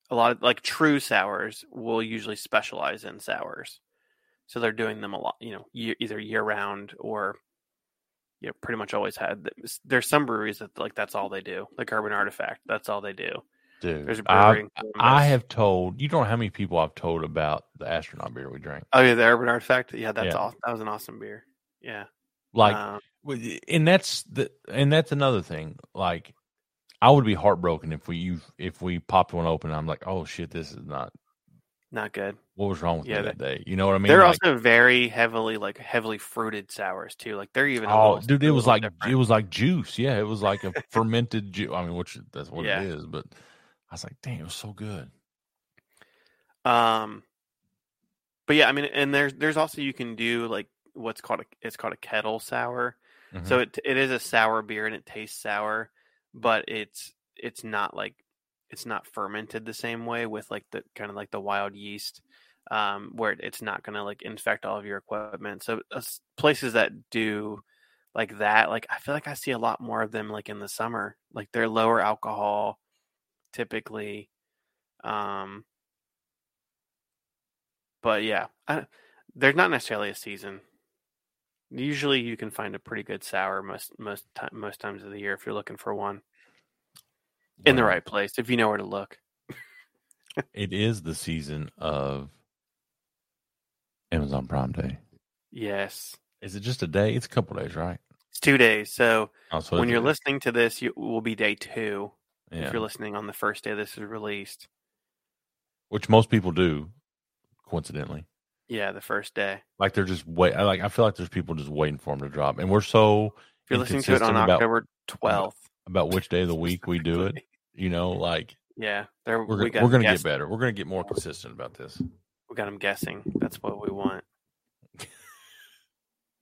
Speaker 1: a lot of like true sours will usually specialize in sours, so they're doing them a lot. You know, year, either year round or you know, pretty much always had. There's some breweries that like that's all they do. Like Urban Artifact, that's all they do.
Speaker 3: Dude,
Speaker 1: There's a
Speaker 3: I-
Speaker 1: brewery. in Columbus.
Speaker 3: I have told you don't know how many people I've told about the astronaut beer we drank.
Speaker 1: Oh yeah, the Urban Artifact. Yeah, that's
Speaker 3: Yeah.
Speaker 1: all. That was an awesome beer. Yeah.
Speaker 3: Like,
Speaker 1: Um,
Speaker 3: w- and that's the and that's another thing. Like, I would be heartbroken if we you if we popped one open. and I'm like, oh shit, this is not
Speaker 1: not good.
Speaker 3: what was wrong with
Speaker 1: Yeah,
Speaker 3: me that day. You know what I mean?
Speaker 1: they're
Speaker 3: Like,
Speaker 1: also very heavily like heavily fruited sours too. Like they're even a
Speaker 3: oh,
Speaker 1: little-
Speaker 3: dude, it
Speaker 1: they're a
Speaker 3: was
Speaker 1: little
Speaker 3: like
Speaker 1: different.
Speaker 3: it was like juice. Yeah, it was like a fermented juice. I mean, which that's what
Speaker 1: Yeah.
Speaker 3: it is. But I was like, damn, it was so good.
Speaker 1: um, but yeah, I mean, and there's there's also you can do like what's called a it's called a kettle sour.
Speaker 3: Mm-hmm.
Speaker 1: So it it is a sour beer and it tastes sour, but it's it's not like it's not fermented the same way with like the kind of like the wild yeast, um, where it- it's not gonna like infect all of your equipment. So uh, s- places that do like that, like I feel like I see a lot more of them like in the summer. Like they're lower alcohol, typically. Um, but yeah, I, there's not necessarily a season. Usually, you can find a pretty good sour most most time, most times of the year if you're looking for one in the
Speaker 3: Wow.
Speaker 1: right place. If you know where to look,
Speaker 3: It is the season of Amazon Prime Day.
Speaker 1: yes,
Speaker 3: Is it just a day? It's a couple days, right?
Speaker 1: it's two days. So
Speaker 3: Oh, so
Speaker 1: when
Speaker 3: it's-
Speaker 1: you're listening to this, you will be day two.
Speaker 3: yeah.
Speaker 1: If you're listening on the first day this is released,
Speaker 3: which most people do, coincidentally.
Speaker 1: yeah, the first day.
Speaker 3: Like they're just wait. I Like I feel like there's people just waiting for them to drop, and we're so
Speaker 1: If you're listening to it on
Speaker 3: Inconsistent about-
Speaker 1: October twelfth,
Speaker 3: about which day of the week we do it. You know, like
Speaker 1: yeah, there
Speaker 3: we're
Speaker 1: we
Speaker 3: we
Speaker 1: got
Speaker 3: are gonna
Speaker 1: guess-
Speaker 3: get better. We're gonna get more consistent about this.
Speaker 1: we got them guessing. That's what we want.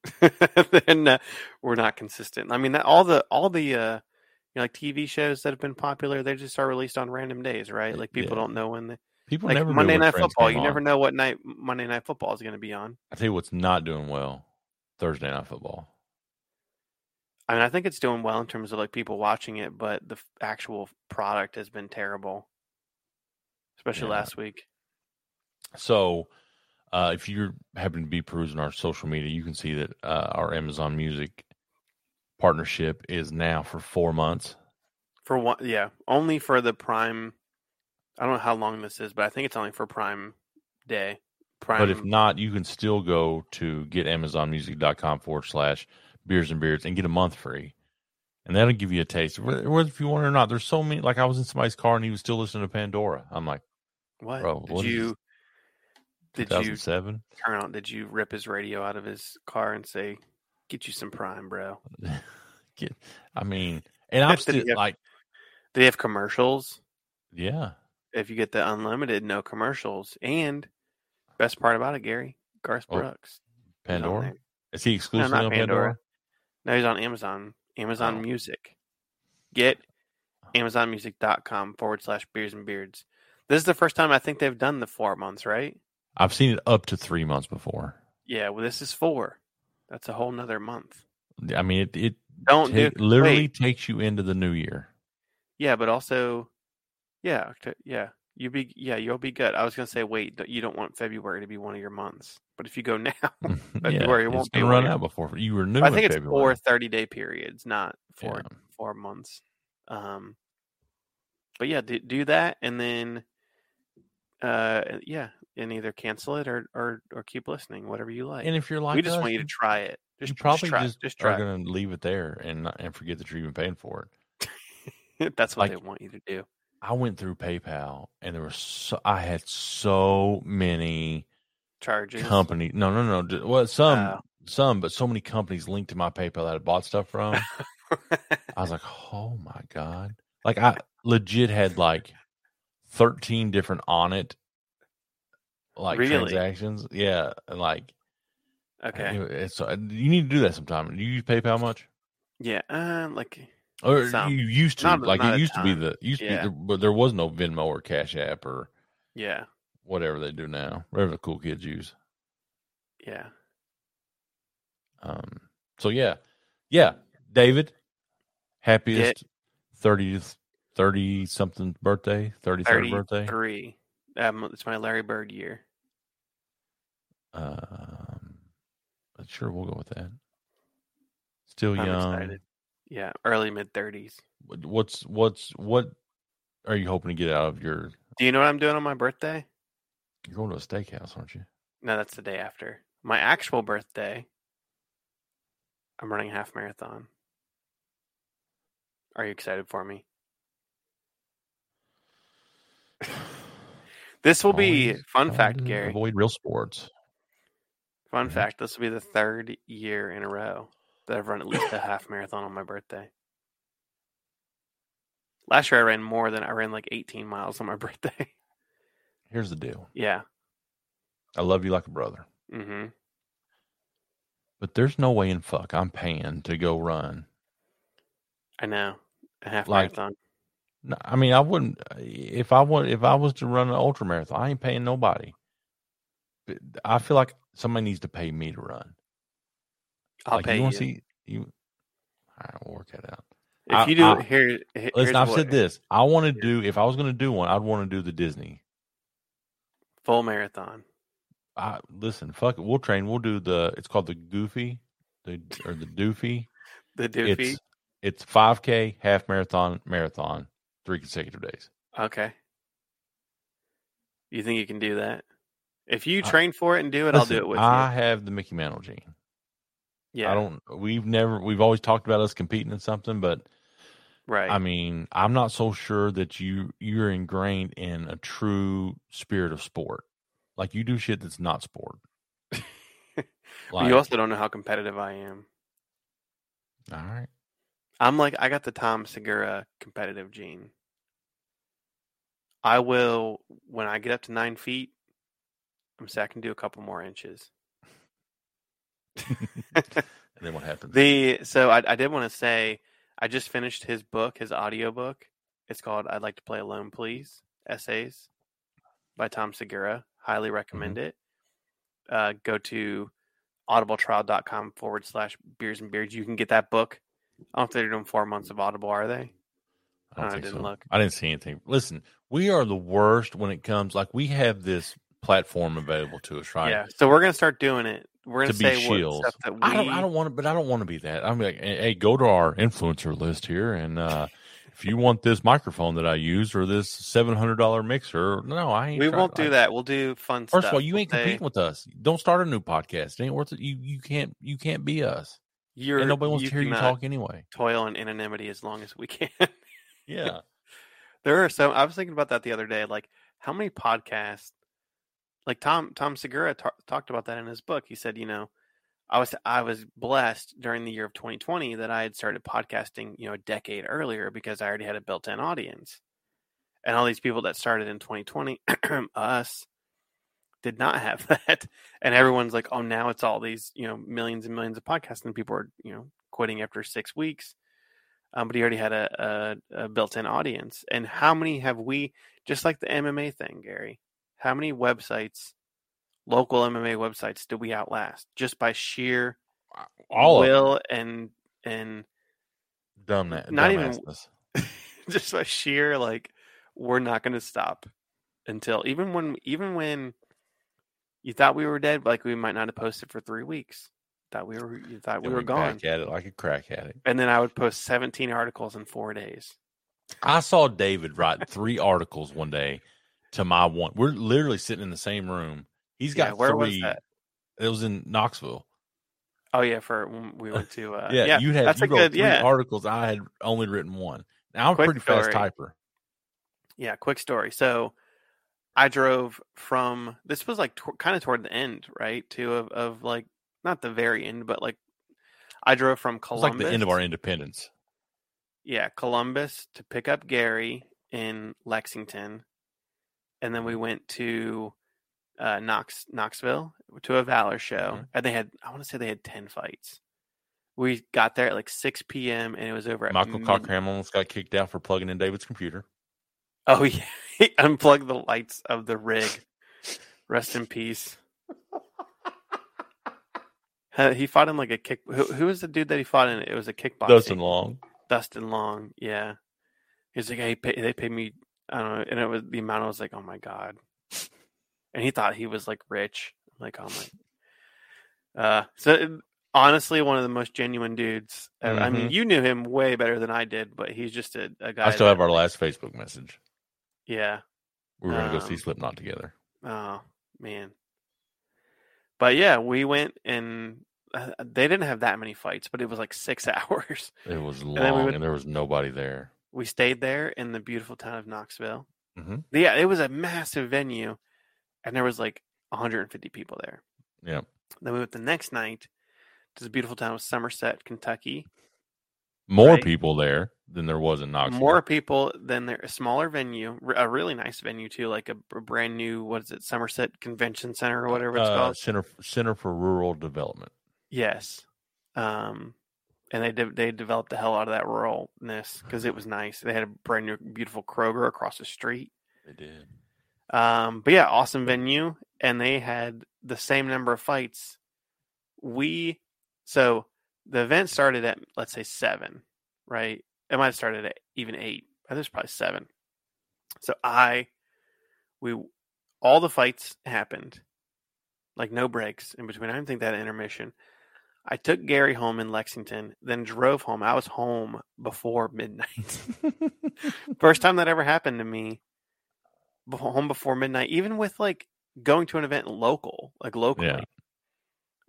Speaker 1: then uh, we're not consistent. I mean, that, all the all the uh, you know, like TV shows that have been popular, they just are released on random days, right? Like people
Speaker 3: Yeah.
Speaker 1: don't know when. They,
Speaker 3: People
Speaker 1: like
Speaker 3: never knew
Speaker 1: Monday
Speaker 3: when
Speaker 1: Night
Speaker 3: Friends
Speaker 1: Football,
Speaker 3: came
Speaker 1: you never
Speaker 3: on.
Speaker 1: know what night Monday Night Football is going to be on.
Speaker 3: I tell you what's not doing well. Thursday Night Football.
Speaker 1: I mean, I think it's doing well in terms of like people watching it, but the f- actual product has been terrible, especially
Speaker 3: Yeah.
Speaker 1: last week.
Speaker 3: So, uh, if you happen to be perusing our social media, you can see that uh, our Amazon Music partnership is now for four months.
Speaker 1: For one, yeah, only for the Prime. I don't know how long this is, but I think it's only for Prime Day. Prime.
Speaker 3: But if not, you can still go to getamazonmusic.com forward slash beers and beards and get a month free. And that'll give you a taste. Whether whether if you want it or not, there's so many. Like I was in somebody's car and he was still listening to Pandora. I'm like,
Speaker 1: what
Speaker 3: bro,
Speaker 1: did
Speaker 3: what is
Speaker 1: you? Did you
Speaker 3: 2007?
Speaker 1: turn on? Did you rip his radio out of his car and say, "Get you some Prime, bro"?
Speaker 3: Get, I mean, and I'm
Speaker 1: Did
Speaker 3: still
Speaker 1: you-
Speaker 3: like,
Speaker 1: They have commercials.
Speaker 3: yeah,
Speaker 1: If you get the unlimited, no commercials. And best part about it, Gary Garth
Speaker 3: Oh,
Speaker 1: Brooks. is on
Speaker 3: Pandora.
Speaker 1: there.
Speaker 3: Is he
Speaker 1: No,
Speaker 3: exclusive
Speaker 1: not
Speaker 3: on
Speaker 1: Pandora.
Speaker 3: Pandora?
Speaker 1: No, he's on Amazon. Amazon
Speaker 3: Oh.
Speaker 1: Music. Get amazonmusic.com forward slash beers and beards. This is the first time I think they've done the four months, right?
Speaker 3: I've seen it up to three months before.
Speaker 1: Yeah, well, this is four. That's a whole nother month.
Speaker 3: I mean, it it
Speaker 1: Don't do
Speaker 3: ta- literally
Speaker 1: wait.
Speaker 3: takes you into the new year.
Speaker 1: Yeah, but also, yeah, Octo- yeah, you be yeah, you'll be good. I was gonna say, wait, don't- you don't want February to be one of your months, but if you go now, February
Speaker 3: yeah,
Speaker 1: won't
Speaker 3: it's
Speaker 1: be
Speaker 3: gonna
Speaker 1: one
Speaker 3: run
Speaker 1: year.
Speaker 3: out before you were new.
Speaker 1: I think it's four
Speaker 3: February.
Speaker 1: 30 day periods, not four
Speaker 3: Yeah.
Speaker 1: four months. Um, but yeah, do, do that, and then, uh, yeah, and either cancel it or or or keep listening, whatever you like.
Speaker 3: And if you're like,
Speaker 1: we just
Speaker 3: us,
Speaker 1: want you to try it. Just
Speaker 3: you probably
Speaker 1: just try,
Speaker 3: just,
Speaker 1: just
Speaker 3: are
Speaker 1: try.
Speaker 3: going to leave it there and not- and forget that you're even paying for it.
Speaker 1: it. That's what
Speaker 3: like-
Speaker 1: they want you to do.
Speaker 3: I went through PayPal and there were so, I had so many
Speaker 1: Charges.
Speaker 3: companies. No, no, no. ju- Well, some
Speaker 1: Oh.
Speaker 3: some, but so many companies linked to my PayPal that I bought stuff from. I was like, oh my god! Like I legit had like thirteen different on it, like
Speaker 1: Really?
Speaker 3: transactions. Yeah, and like
Speaker 1: okay.
Speaker 3: it- it's uh, you need to do that sometime. Do you use PayPal much?
Speaker 1: Yeah. Uh, like.
Speaker 3: Or
Speaker 1: Some.
Speaker 3: you used to
Speaker 1: Not-
Speaker 3: like
Speaker 1: not a
Speaker 3: it used to
Speaker 1: ton.
Speaker 3: be the used
Speaker 1: Yeah.
Speaker 3: to be the, but there was no Venmo or Cash App or
Speaker 1: Yeah,
Speaker 3: whatever they do now. Whatever the cool kids use.
Speaker 1: yeah.
Speaker 3: Um. So yeah, yeah. David, happiest thirtieth, thirty something birthday, thirty third birthday.
Speaker 1: Thirty-three. Um, it's my Larry Bird year.
Speaker 3: Um. but Sure, we'll go with that. Still
Speaker 1: I'm
Speaker 3: young.
Speaker 1: excited. Yeah, early mid thirties.
Speaker 3: What- What's what's what are you hoping to get out of your?
Speaker 1: Do you know what I'm doing on my birthday?
Speaker 3: You're going to a steakhouse, aren't you?
Speaker 1: No, that's the day after. My actual birthday. I'm running a half marathon. Are you excited for me? This will be
Speaker 3: Always
Speaker 1: fun
Speaker 3: trying
Speaker 1: fact,
Speaker 3: to
Speaker 1: Gary.
Speaker 3: Avoid real sports.
Speaker 1: Fun
Speaker 3: Mhm.
Speaker 1: fact, this will be the third year in a row that I've run at least a half marathon on my birthday. Last year I ran more than I ran like 18 miles on my birthday.
Speaker 3: Here's the deal.
Speaker 1: yeah.
Speaker 3: I love you like a brother,
Speaker 1: hmm
Speaker 3: but there's no way in fuck I'm paying to go run.
Speaker 1: I know. A half
Speaker 3: Like-
Speaker 1: marathon.
Speaker 3: No, I mean, I wouldn't if I want if I was to run an ultra marathon. I ain't paying nobody. But I feel like somebody needs to pay me to run.
Speaker 1: I'll
Speaker 3: like,
Speaker 1: pay
Speaker 3: you.
Speaker 1: you.
Speaker 3: wanna See, you, all right, we'll work that out.
Speaker 1: if
Speaker 3: I-
Speaker 1: you do
Speaker 3: I-
Speaker 1: here, he- here's
Speaker 3: Listen, I've
Speaker 1: what-
Speaker 3: said this. I want to do if I was going to do one, I'd want to do the Disney.
Speaker 1: full marathon.
Speaker 3: I listen. Fuck it. We'll train. We'll do the. It's called the Goofy, the or the Doofy.
Speaker 1: The doofy.
Speaker 3: It's it's five k, half marathon, marathon, three consecutive days.
Speaker 1: Okay. You think you can do that? If you
Speaker 3: I-
Speaker 1: train for it and do it, I'll do
Speaker 3: Listen,
Speaker 1: it with
Speaker 3: I
Speaker 1: you.
Speaker 3: have the Mickey Mantle gene.
Speaker 1: Yeah.
Speaker 3: I don't. We've never. We've always talked about us competing in something, but
Speaker 1: right.
Speaker 3: I mean, I'm not so sure that you you're ingrained in a true spirit of sport. Like you do shit that's not sport.
Speaker 1: But you also don't know how competitive I am.
Speaker 3: all right.
Speaker 1: I'm like I got the Tom Segura competitive gene. I will when I get up to nine feet. I'm saying I can do a couple more inches.
Speaker 3: And then what happens?
Speaker 1: the so I, I did want to say I just finished his book, his audiobook. It's called "I'd Like to Play Alone, Please" essays by Tom Segura.
Speaker 3: Mm-hmm.
Speaker 1: Highly recommend it. Uh, go to audibletrial.com forward slash beers and beards. You can get that book. I don't think they're doing four months of Audible, are they?
Speaker 3: I, don't
Speaker 1: I
Speaker 3: think
Speaker 1: uh, didn't
Speaker 3: so.
Speaker 1: look.
Speaker 3: I didn't see anything. Listen, we are the worst when it comes. Like we have this platform available to us, right?
Speaker 1: Yeah. So we're gonna start doing it. We're
Speaker 3: To
Speaker 1: gonna
Speaker 3: be
Speaker 1: say
Speaker 3: shields.
Speaker 1: what stuff that we.
Speaker 3: I don't. I don't want to, but I don't want to be that. I'm like, hey, hey, go to our influencer list here, and uh if you want this microphone that I use or this seven hundred dollar mixer, no, I ain't.
Speaker 1: we
Speaker 3: trying-
Speaker 1: won't do
Speaker 3: I-
Speaker 1: that. We'll do fun stuff.
Speaker 3: First of all, you
Speaker 1: We'll
Speaker 3: ain't
Speaker 1: say,
Speaker 3: competing with us. Don't start a new podcast. It ain't worth it. You you can't you can't be us.
Speaker 1: You're,
Speaker 3: And nobody wants to hear you
Speaker 1: cannot
Speaker 3: talk anyway.
Speaker 1: Toil in anonymity as long as we can.
Speaker 3: Yeah.
Speaker 1: there are so. I was thinking about that the other day. Like how many podcasts? Like Tom Tom Segura ta- talked about that in his book. He said, you know, I was I was blessed during the year of 2020 that I had started podcasting, you know, a decade earlier because I already had a built-in audience. And all these people that started in 2020, us, did not have that. And everyone's like, oh, now it's all these, you know, millions and millions of podcasts, and people are, you know, quitting after six weeks. Um, but he already had a, a, a built in audience. And how many have we, just like the MMA thing, Gary, how many websites local MMA websites do we outlast just by sheer
Speaker 3: All of
Speaker 1: will and and
Speaker 3: dumb, na-
Speaker 1: not even-
Speaker 3: dumbasses.
Speaker 1: just by sheer like we're not going to stop until even when even when you thought we were dead, like we might not have posted for three weeks. Thought we were you thought we
Speaker 3: Then
Speaker 1: were gone,
Speaker 3: Back at it like a crack at it.
Speaker 1: and then I would post seventeen articles in four days.
Speaker 3: I saw David write three articles one day to my one. We're literally sitting in the same room. He's got
Speaker 1: Yeah, where was
Speaker 3: three.
Speaker 1: that?
Speaker 3: It was in Knoxville.
Speaker 1: Oh yeah, for when we went to uh,
Speaker 3: yeah, you had
Speaker 1: that's
Speaker 3: you
Speaker 1: a
Speaker 3: wrote
Speaker 1: good
Speaker 3: three
Speaker 1: yeah
Speaker 3: articles. I had only written one. Now I'm a
Speaker 1: Quick
Speaker 3: pretty fast
Speaker 1: story.
Speaker 3: typer.
Speaker 1: yeah. Quick story. So I drove from this was like t- kind of toward the end, right? To of, of like not the very end, but like I drove from
Speaker 3: It's
Speaker 1: Columbus.
Speaker 3: like the end of our independence.
Speaker 1: yeah, Columbus to pick up Gary in Lexington, and then we
Speaker 3: Mm-hmm.
Speaker 1: went to uh, Knox Knoxville to a Valor show,
Speaker 3: Mhm.
Speaker 1: and they had I want to say they had ten fights. We got there at like six p.m. and it was over at
Speaker 3: Michael
Speaker 1: mid-
Speaker 3: Cochran almost got kicked out for plugging in David's computer.
Speaker 1: Oh yeah, he unplugged the lights of the rig. Rest in peace. Uh, he fought in like a kick. Who, who was the dude that he fought in? It was a kickboxing.
Speaker 3: Dustin Long.
Speaker 1: Dustin Long. Yeah, he's like, hey, pay, they paid me. I don't know, and it was the amount. I was like, oh my god. And he thought he was like rich. I'm like, oh my. Uh, so it- honestly, one of the most genuine dudes. Uh, I mean,
Speaker 3: Mhm.
Speaker 1: you knew him way better than I did, but he's just a, a guy.
Speaker 3: I still
Speaker 1: that-
Speaker 3: have our last Facebook message.
Speaker 1: Yeah.
Speaker 3: We were going to go see
Speaker 1: Um,
Speaker 3: Slipknot together.
Speaker 1: Oh man. But yeah, we went and uh, they didn't have that many fights, but it was like six hours.
Speaker 3: It was
Speaker 1: then we
Speaker 3: long,
Speaker 1: would-
Speaker 3: and there was nobody there.
Speaker 1: We stayed there in the beautiful town of Knoxville.
Speaker 3: Mhm.
Speaker 1: Yeah, it was a massive venue, and there was like 150 people there.
Speaker 3: Yeah.
Speaker 1: Then we went the next night to the beautiful town of Somerset, Kentucky.
Speaker 3: More
Speaker 1: Right.
Speaker 3: people there than there was in Knoxville.
Speaker 1: More people than there, a smaller venue, r- a really nice venue too, like a, b- brand new what is it, Somerset Convention Center or whatever it's
Speaker 3: Uh,
Speaker 1: called.
Speaker 3: Center Center for Rural Development.
Speaker 1: Yes. Um, and they de- they developed the hell out of that ruralness because it was nice. They had a brand new, beautiful Kroger across the street.
Speaker 3: They did.
Speaker 1: Um, but yeah, awesome venue, and they had the same number of fights. We so the event started at let's say seven, right? It might have started at even eight. I think it's probably seven. So I, we, all the fights happened, like no breaks in between. I didn't think that intermission. I took Gary home in Lexington, then drove home. I was home before midnight. First time that ever happened to me. befo- Home before midnight, even with like going to an event local, like locally.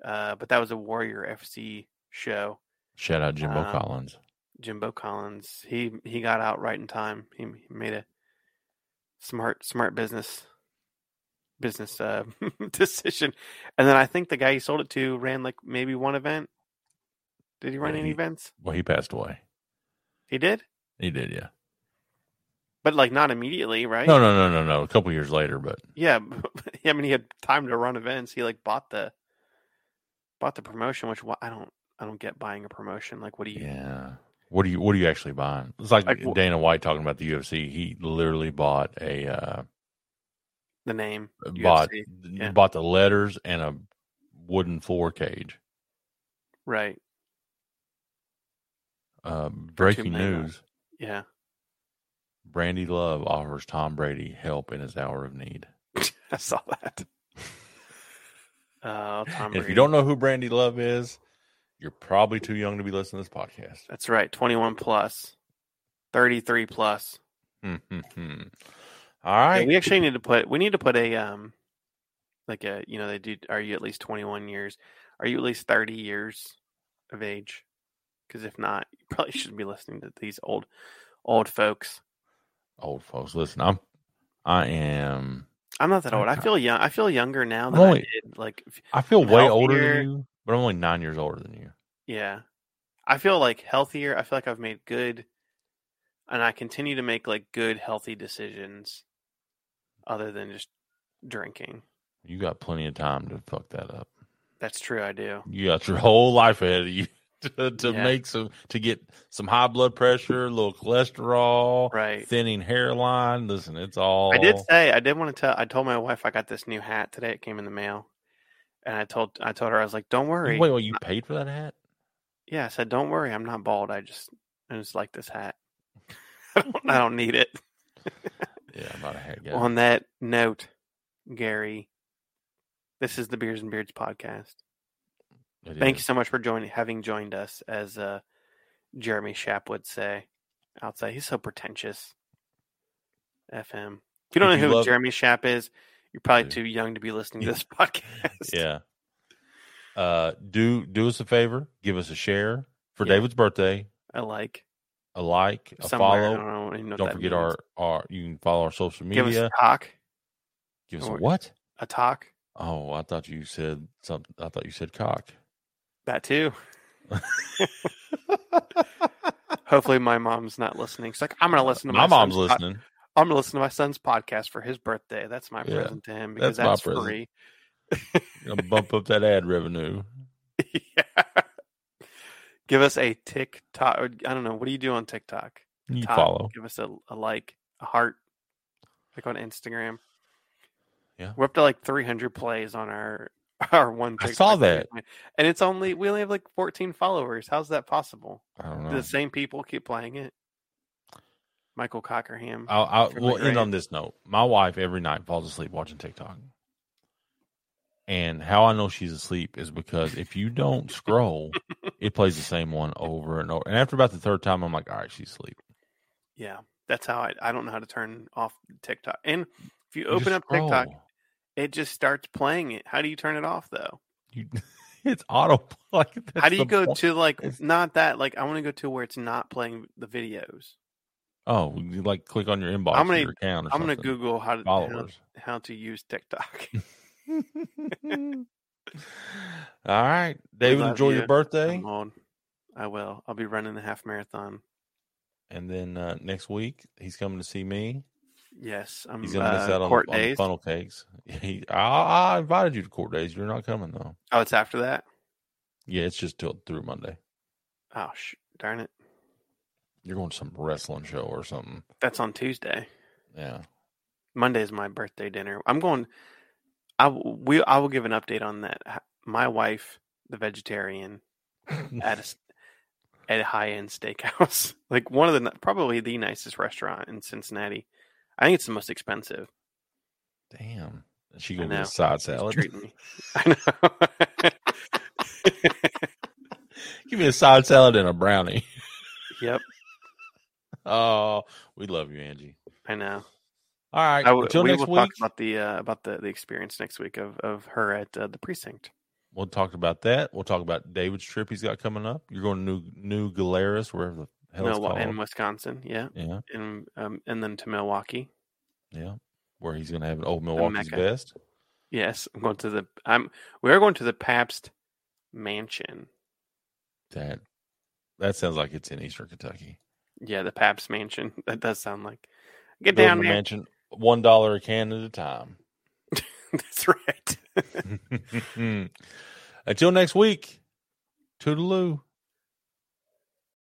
Speaker 1: Uh, but that was a Warrior FC show.
Speaker 3: Shout out Jimbo
Speaker 1: Um,
Speaker 3: Collins.
Speaker 1: Jimbo Collins, he he got out right in time. He, he made a smart smart business business uh, decision. And then I think the guy he sold it to ran like maybe one event. Did he run
Speaker 3: Yeah,
Speaker 1: any
Speaker 3: he-
Speaker 1: events?
Speaker 3: Well, he passed away.
Speaker 1: He did,
Speaker 3: He did, yeah.
Speaker 1: but like not immediately, right?
Speaker 3: No, no, no, no, no. A couple years later, but
Speaker 1: Yeah, but- I mean, he had time to run events. He like bought the bought the promotion, which wh- I don't I don't get buying a promotion. Like, what do you?
Speaker 3: yeah. What are you What are you actually buying? It's like,
Speaker 1: Like, wh-
Speaker 3: Dana White talking about the UFC. He literally bought a uh,
Speaker 1: The name
Speaker 3: bought
Speaker 1: UFC, yeah.
Speaker 3: bought the letters and a wooden floor cage.
Speaker 1: right?
Speaker 3: Uh, breaking
Speaker 1: many
Speaker 3: news:
Speaker 1: Yeah,
Speaker 3: Brandy Love offers Tom Brady help in his hour of need.
Speaker 1: I saw that. Uh, Tom
Speaker 3: If
Speaker 1: Brady.
Speaker 3: you don't know who Brandy Love is, you're probably too young to be listening to this podcast.
Speaker 1: that's right. Twenty one plus, thirty three plus.
Speaker 3: Mm-hmm. All right.
Speaker 1: Yeah, we actually need to put we need to put a um like a you know they do are you at least 21 years are you at least 30 years of age because if not you probably shouldn't be listening to these old old folks
Speaker 3: Old folks, listen, I'm I am
Speaker 1: i'm not that old i
Speaker 3: Okay.
Speaker 1: feel young i feel younger now
Speaker 3: Oh, I'm
Speaker 1: than
Speaker 3: only-
Speaker 1: i did like f-
Speaker 3: I feel
Speaker 1: I'm
Speaker 3: way older
Speaker 1: healthier.
Speaker 3: than you, but I'm only nine years older than you.
Speaker 1: yeah i feel like healthier i feel like i've made good and i continue to make like good healthy decisions other than just drinking
Speaker 3: You got plenty of time to fuck that up.
Speaker 1: that's true i do
Speaker 3: You got your whole life ahead of you. to, to
Speaker 1: Yeah.
Speaker 3: make some to get some high blood pressure, a little cholesterol,
Speaker 1: Right.
Speaker 3: thinning hairline. Listen, it's all
Speaker 1: I did say I did want to tell. I told my wife I got this new hat today. It came in the mail, and I told I told her I was like, "Don't worry."
Speaker 3: Wait, wait, you paid for that hat?
Speaker 1: Yeah, I said, "Don't worry, I'm not bald. I just I just like this hat. I don't, I don't need it."
Speaker 3: Yeah, I'm not a hat guy.
Speaker 1: On that note, Gary, this is the Beers and Beards podcast.
Speaker 3: It
Speaker 1: Thank you
Speaker 3: is.
Speaker 1: so much for joining, having joined us, as uh, Jeremy Shapp would say outside. He's so pretentious. FM. If you don't
Speaker 3: If
Speaker 1: know
Speaker 3: you
Speaker 1: who
Speaker 3: love-
Speaker 1: Jeremy Shapp is, you're probably
Speaker 3: Dude.
Speaker 1: too young to be listening to
Speaker 3: Yeah.
Speaker 1: this podcast.
Speaker 3: Yeah. Uh, do do us a favor, give us a share for
Speaker 1: Yeah.
Speaker 3: David's birthday,
Speaker 1: I like.
Speaker 3: a like, a
Speaker 1: Somewhere, I
Speaker 3: follow.
Speaker 1: don't, know, even know what
Speaker 3: Don't
Speaker 1: that
Speaker 3: forget
Speaker 1: means.
Speaker 3: our our you can follow our social media.
Speaker 1: Give us a talk.
Speaker 3: Give us a
Speaker 1: or-
Speaker 3: what?
Speaker 1: A talk.
Speaker 3: Oh, I thought you said something. I thought you said cock.
Speaker 1: That too. Hopefully, my mom's not listening. She's like, I'm going to listen to my,
Speaker 3: Uh, My
Speaker 1: son's
Speaker 3: mom's
Speaker 1: po-
Speaker 3: listening.
Speaker 1: I'm going to listen to my son's podcast for his birthday. That's my
Speaker 3: Yeah,
Speaker 1: present to him because
Speaker 3: that's my
Speaker 1: that's,
Speaker 3: present.
Speaker 1: free.
Speaker 3: Gonna bump up that ad revenue.
Speaker 1: yeah. Give us a TikTok. or I don't know. What do you do on TikTok?
Speaker 3: You
Speaker 1: Top.
Speaker 3: follow.
Speaker 1: Give us a, a like, a heart, like on Instagram.
Speaker 3: Yeah.
Speaker 1: We're up to like 300 plays on our our one.
Speaker 3: I
Speaker 1: TikTok
Speaker 3: saw that.
Speaker 1: recently. And it's only, we only have like 14 followers. How's that possible?
Speaker 3: I don't know.
Speaker 1: the same people keep playing it. Michael Cockerham.
Speaker 3: I'll, I'll
Speaker 1: Fairly
Speaker 3: we'll end
Speaker 1: great.
Speaker 3: on this note. My wife every night falls asleep watching TikTok, and how I know she's asleep is because if you don't scroll, it plays the same one over and over. And after about the third time, I'm like, all right, she's asleep.
Speaker 1: Yeah, that's how I. I don't know how to turn off TikTok. And if you
Speaker 3: You just
Speaker 1: open up TikTok,
Speaker 3: scroll.
Speaker 1: it just starts playing it. How do you turn it off though?
Speaker 3: You, it's auto. Like,
Speaker 1: how
Speaker 3: that's
Speaker 1: do you
Speaker 3: the
Speaker 1: go
Speaker 3: point.
Speaker 1: to like
Speaker 3: It's-
Speaker 1: not that? Like I want to go to where it's not playing the videos.
Speaker 3: Oh, you, like click on your inbox.
Speaker 1: I'm gonna-
Speaker 3: I'm gonna your account. Or
Speaker 1: I'm gonna
Speaker 3: something.
Speaker 1: Google how to how,
Speaker 3: followers.
Speaker 1: how to use TikTok.
Speaker 3: All right, David.
Speaker 1: love
Speaker 3: Enjoy
Speaker 1: you.
Speaker 3: your birthday.
Speaker 1: I'm old. I will. I'll be running the half marathon.
Speaker 3: And then uh, next week he's coming to see me.
Speaker 1: Yes, I'm
Speaker 3: He's gonna miss
Speaker 1: uh,
Speaker 3: out on,
Speaker 1: court
Speaker 3: the, on the
Speaker 1: days.
Speaker 3: funnel cakes. He, I, I invited you to court days. You're not coming though.
Speaker 1: oh, it's after that.
Speaker 3: Yeah, it's just till through Monday.
Speaker 1: Oh, sh- darn it!
Speaker 3: You're going to some wrestling show or something.
Speaker 1: That's on Tuesday.
Speaker 3: Yeah,
Speaker 1: Monday's my birthday dinner. I'm going. I w- we I will give an update on that. H- My wife, the vegetarian, at a, s- at a high end steakhouse, like one of the n- probably the nicest restaurant in Cincinnati. I think it's the most expensive.
Speaker 3: damn. She
Speaker 1: I
Speaker 3: gonna get
Speaker 1: know.
Speaker 3: a side
Speaker 1: She's
Speaker 3: salad.
Speaker 1: treating me. I know.
Speaker 3: Give me a side salad and a brownie.
Speaker 1: yep,
Speaker 3: Oh, we love you, Angie.
Speaker 1: I know.
Speaker 3: All right,
Speaker 1: I w-
Speaker 3: until
Speaker 1: we
Speaker 3: next
Speaker 1: will
Speaker 3: week.
Speaker 1: talk about the uh, about the, the experience next week of of her at uh, the precinct.
Speaker 3: We'll talk about that. We'll talk about David's trip he's got coming up. You're going to New New Galeras, wherever the hell it's
Speaker 1: No,
Speaker 3: called.
Speaker 1: in Wisconsin, yeah,
Speaker 3: yeah,
Speaker 1: and um, and then to Milwaukee.
Speaker 3: yeah. Where he's going to have an old Milwaukee's
Speaker 1: Mecca.
Speaker 3: best.
Speaker 1: Yes, I'm going to the I'm we are going to the Pabst Mansion.
Speaker 3: That that sounds like it's in Eastern Kentucky.
Speaker 1: Yeah, the Pabst Mansion. That does sound like get
Speaker 3: Building
Speaker 1: down
Speaker 3: a
Speaker 1: there.
Speaker 3: mansion, one dollar a can at a time.
Speaker 1: That's right.
Speaker 3: Until next week, toodaloo.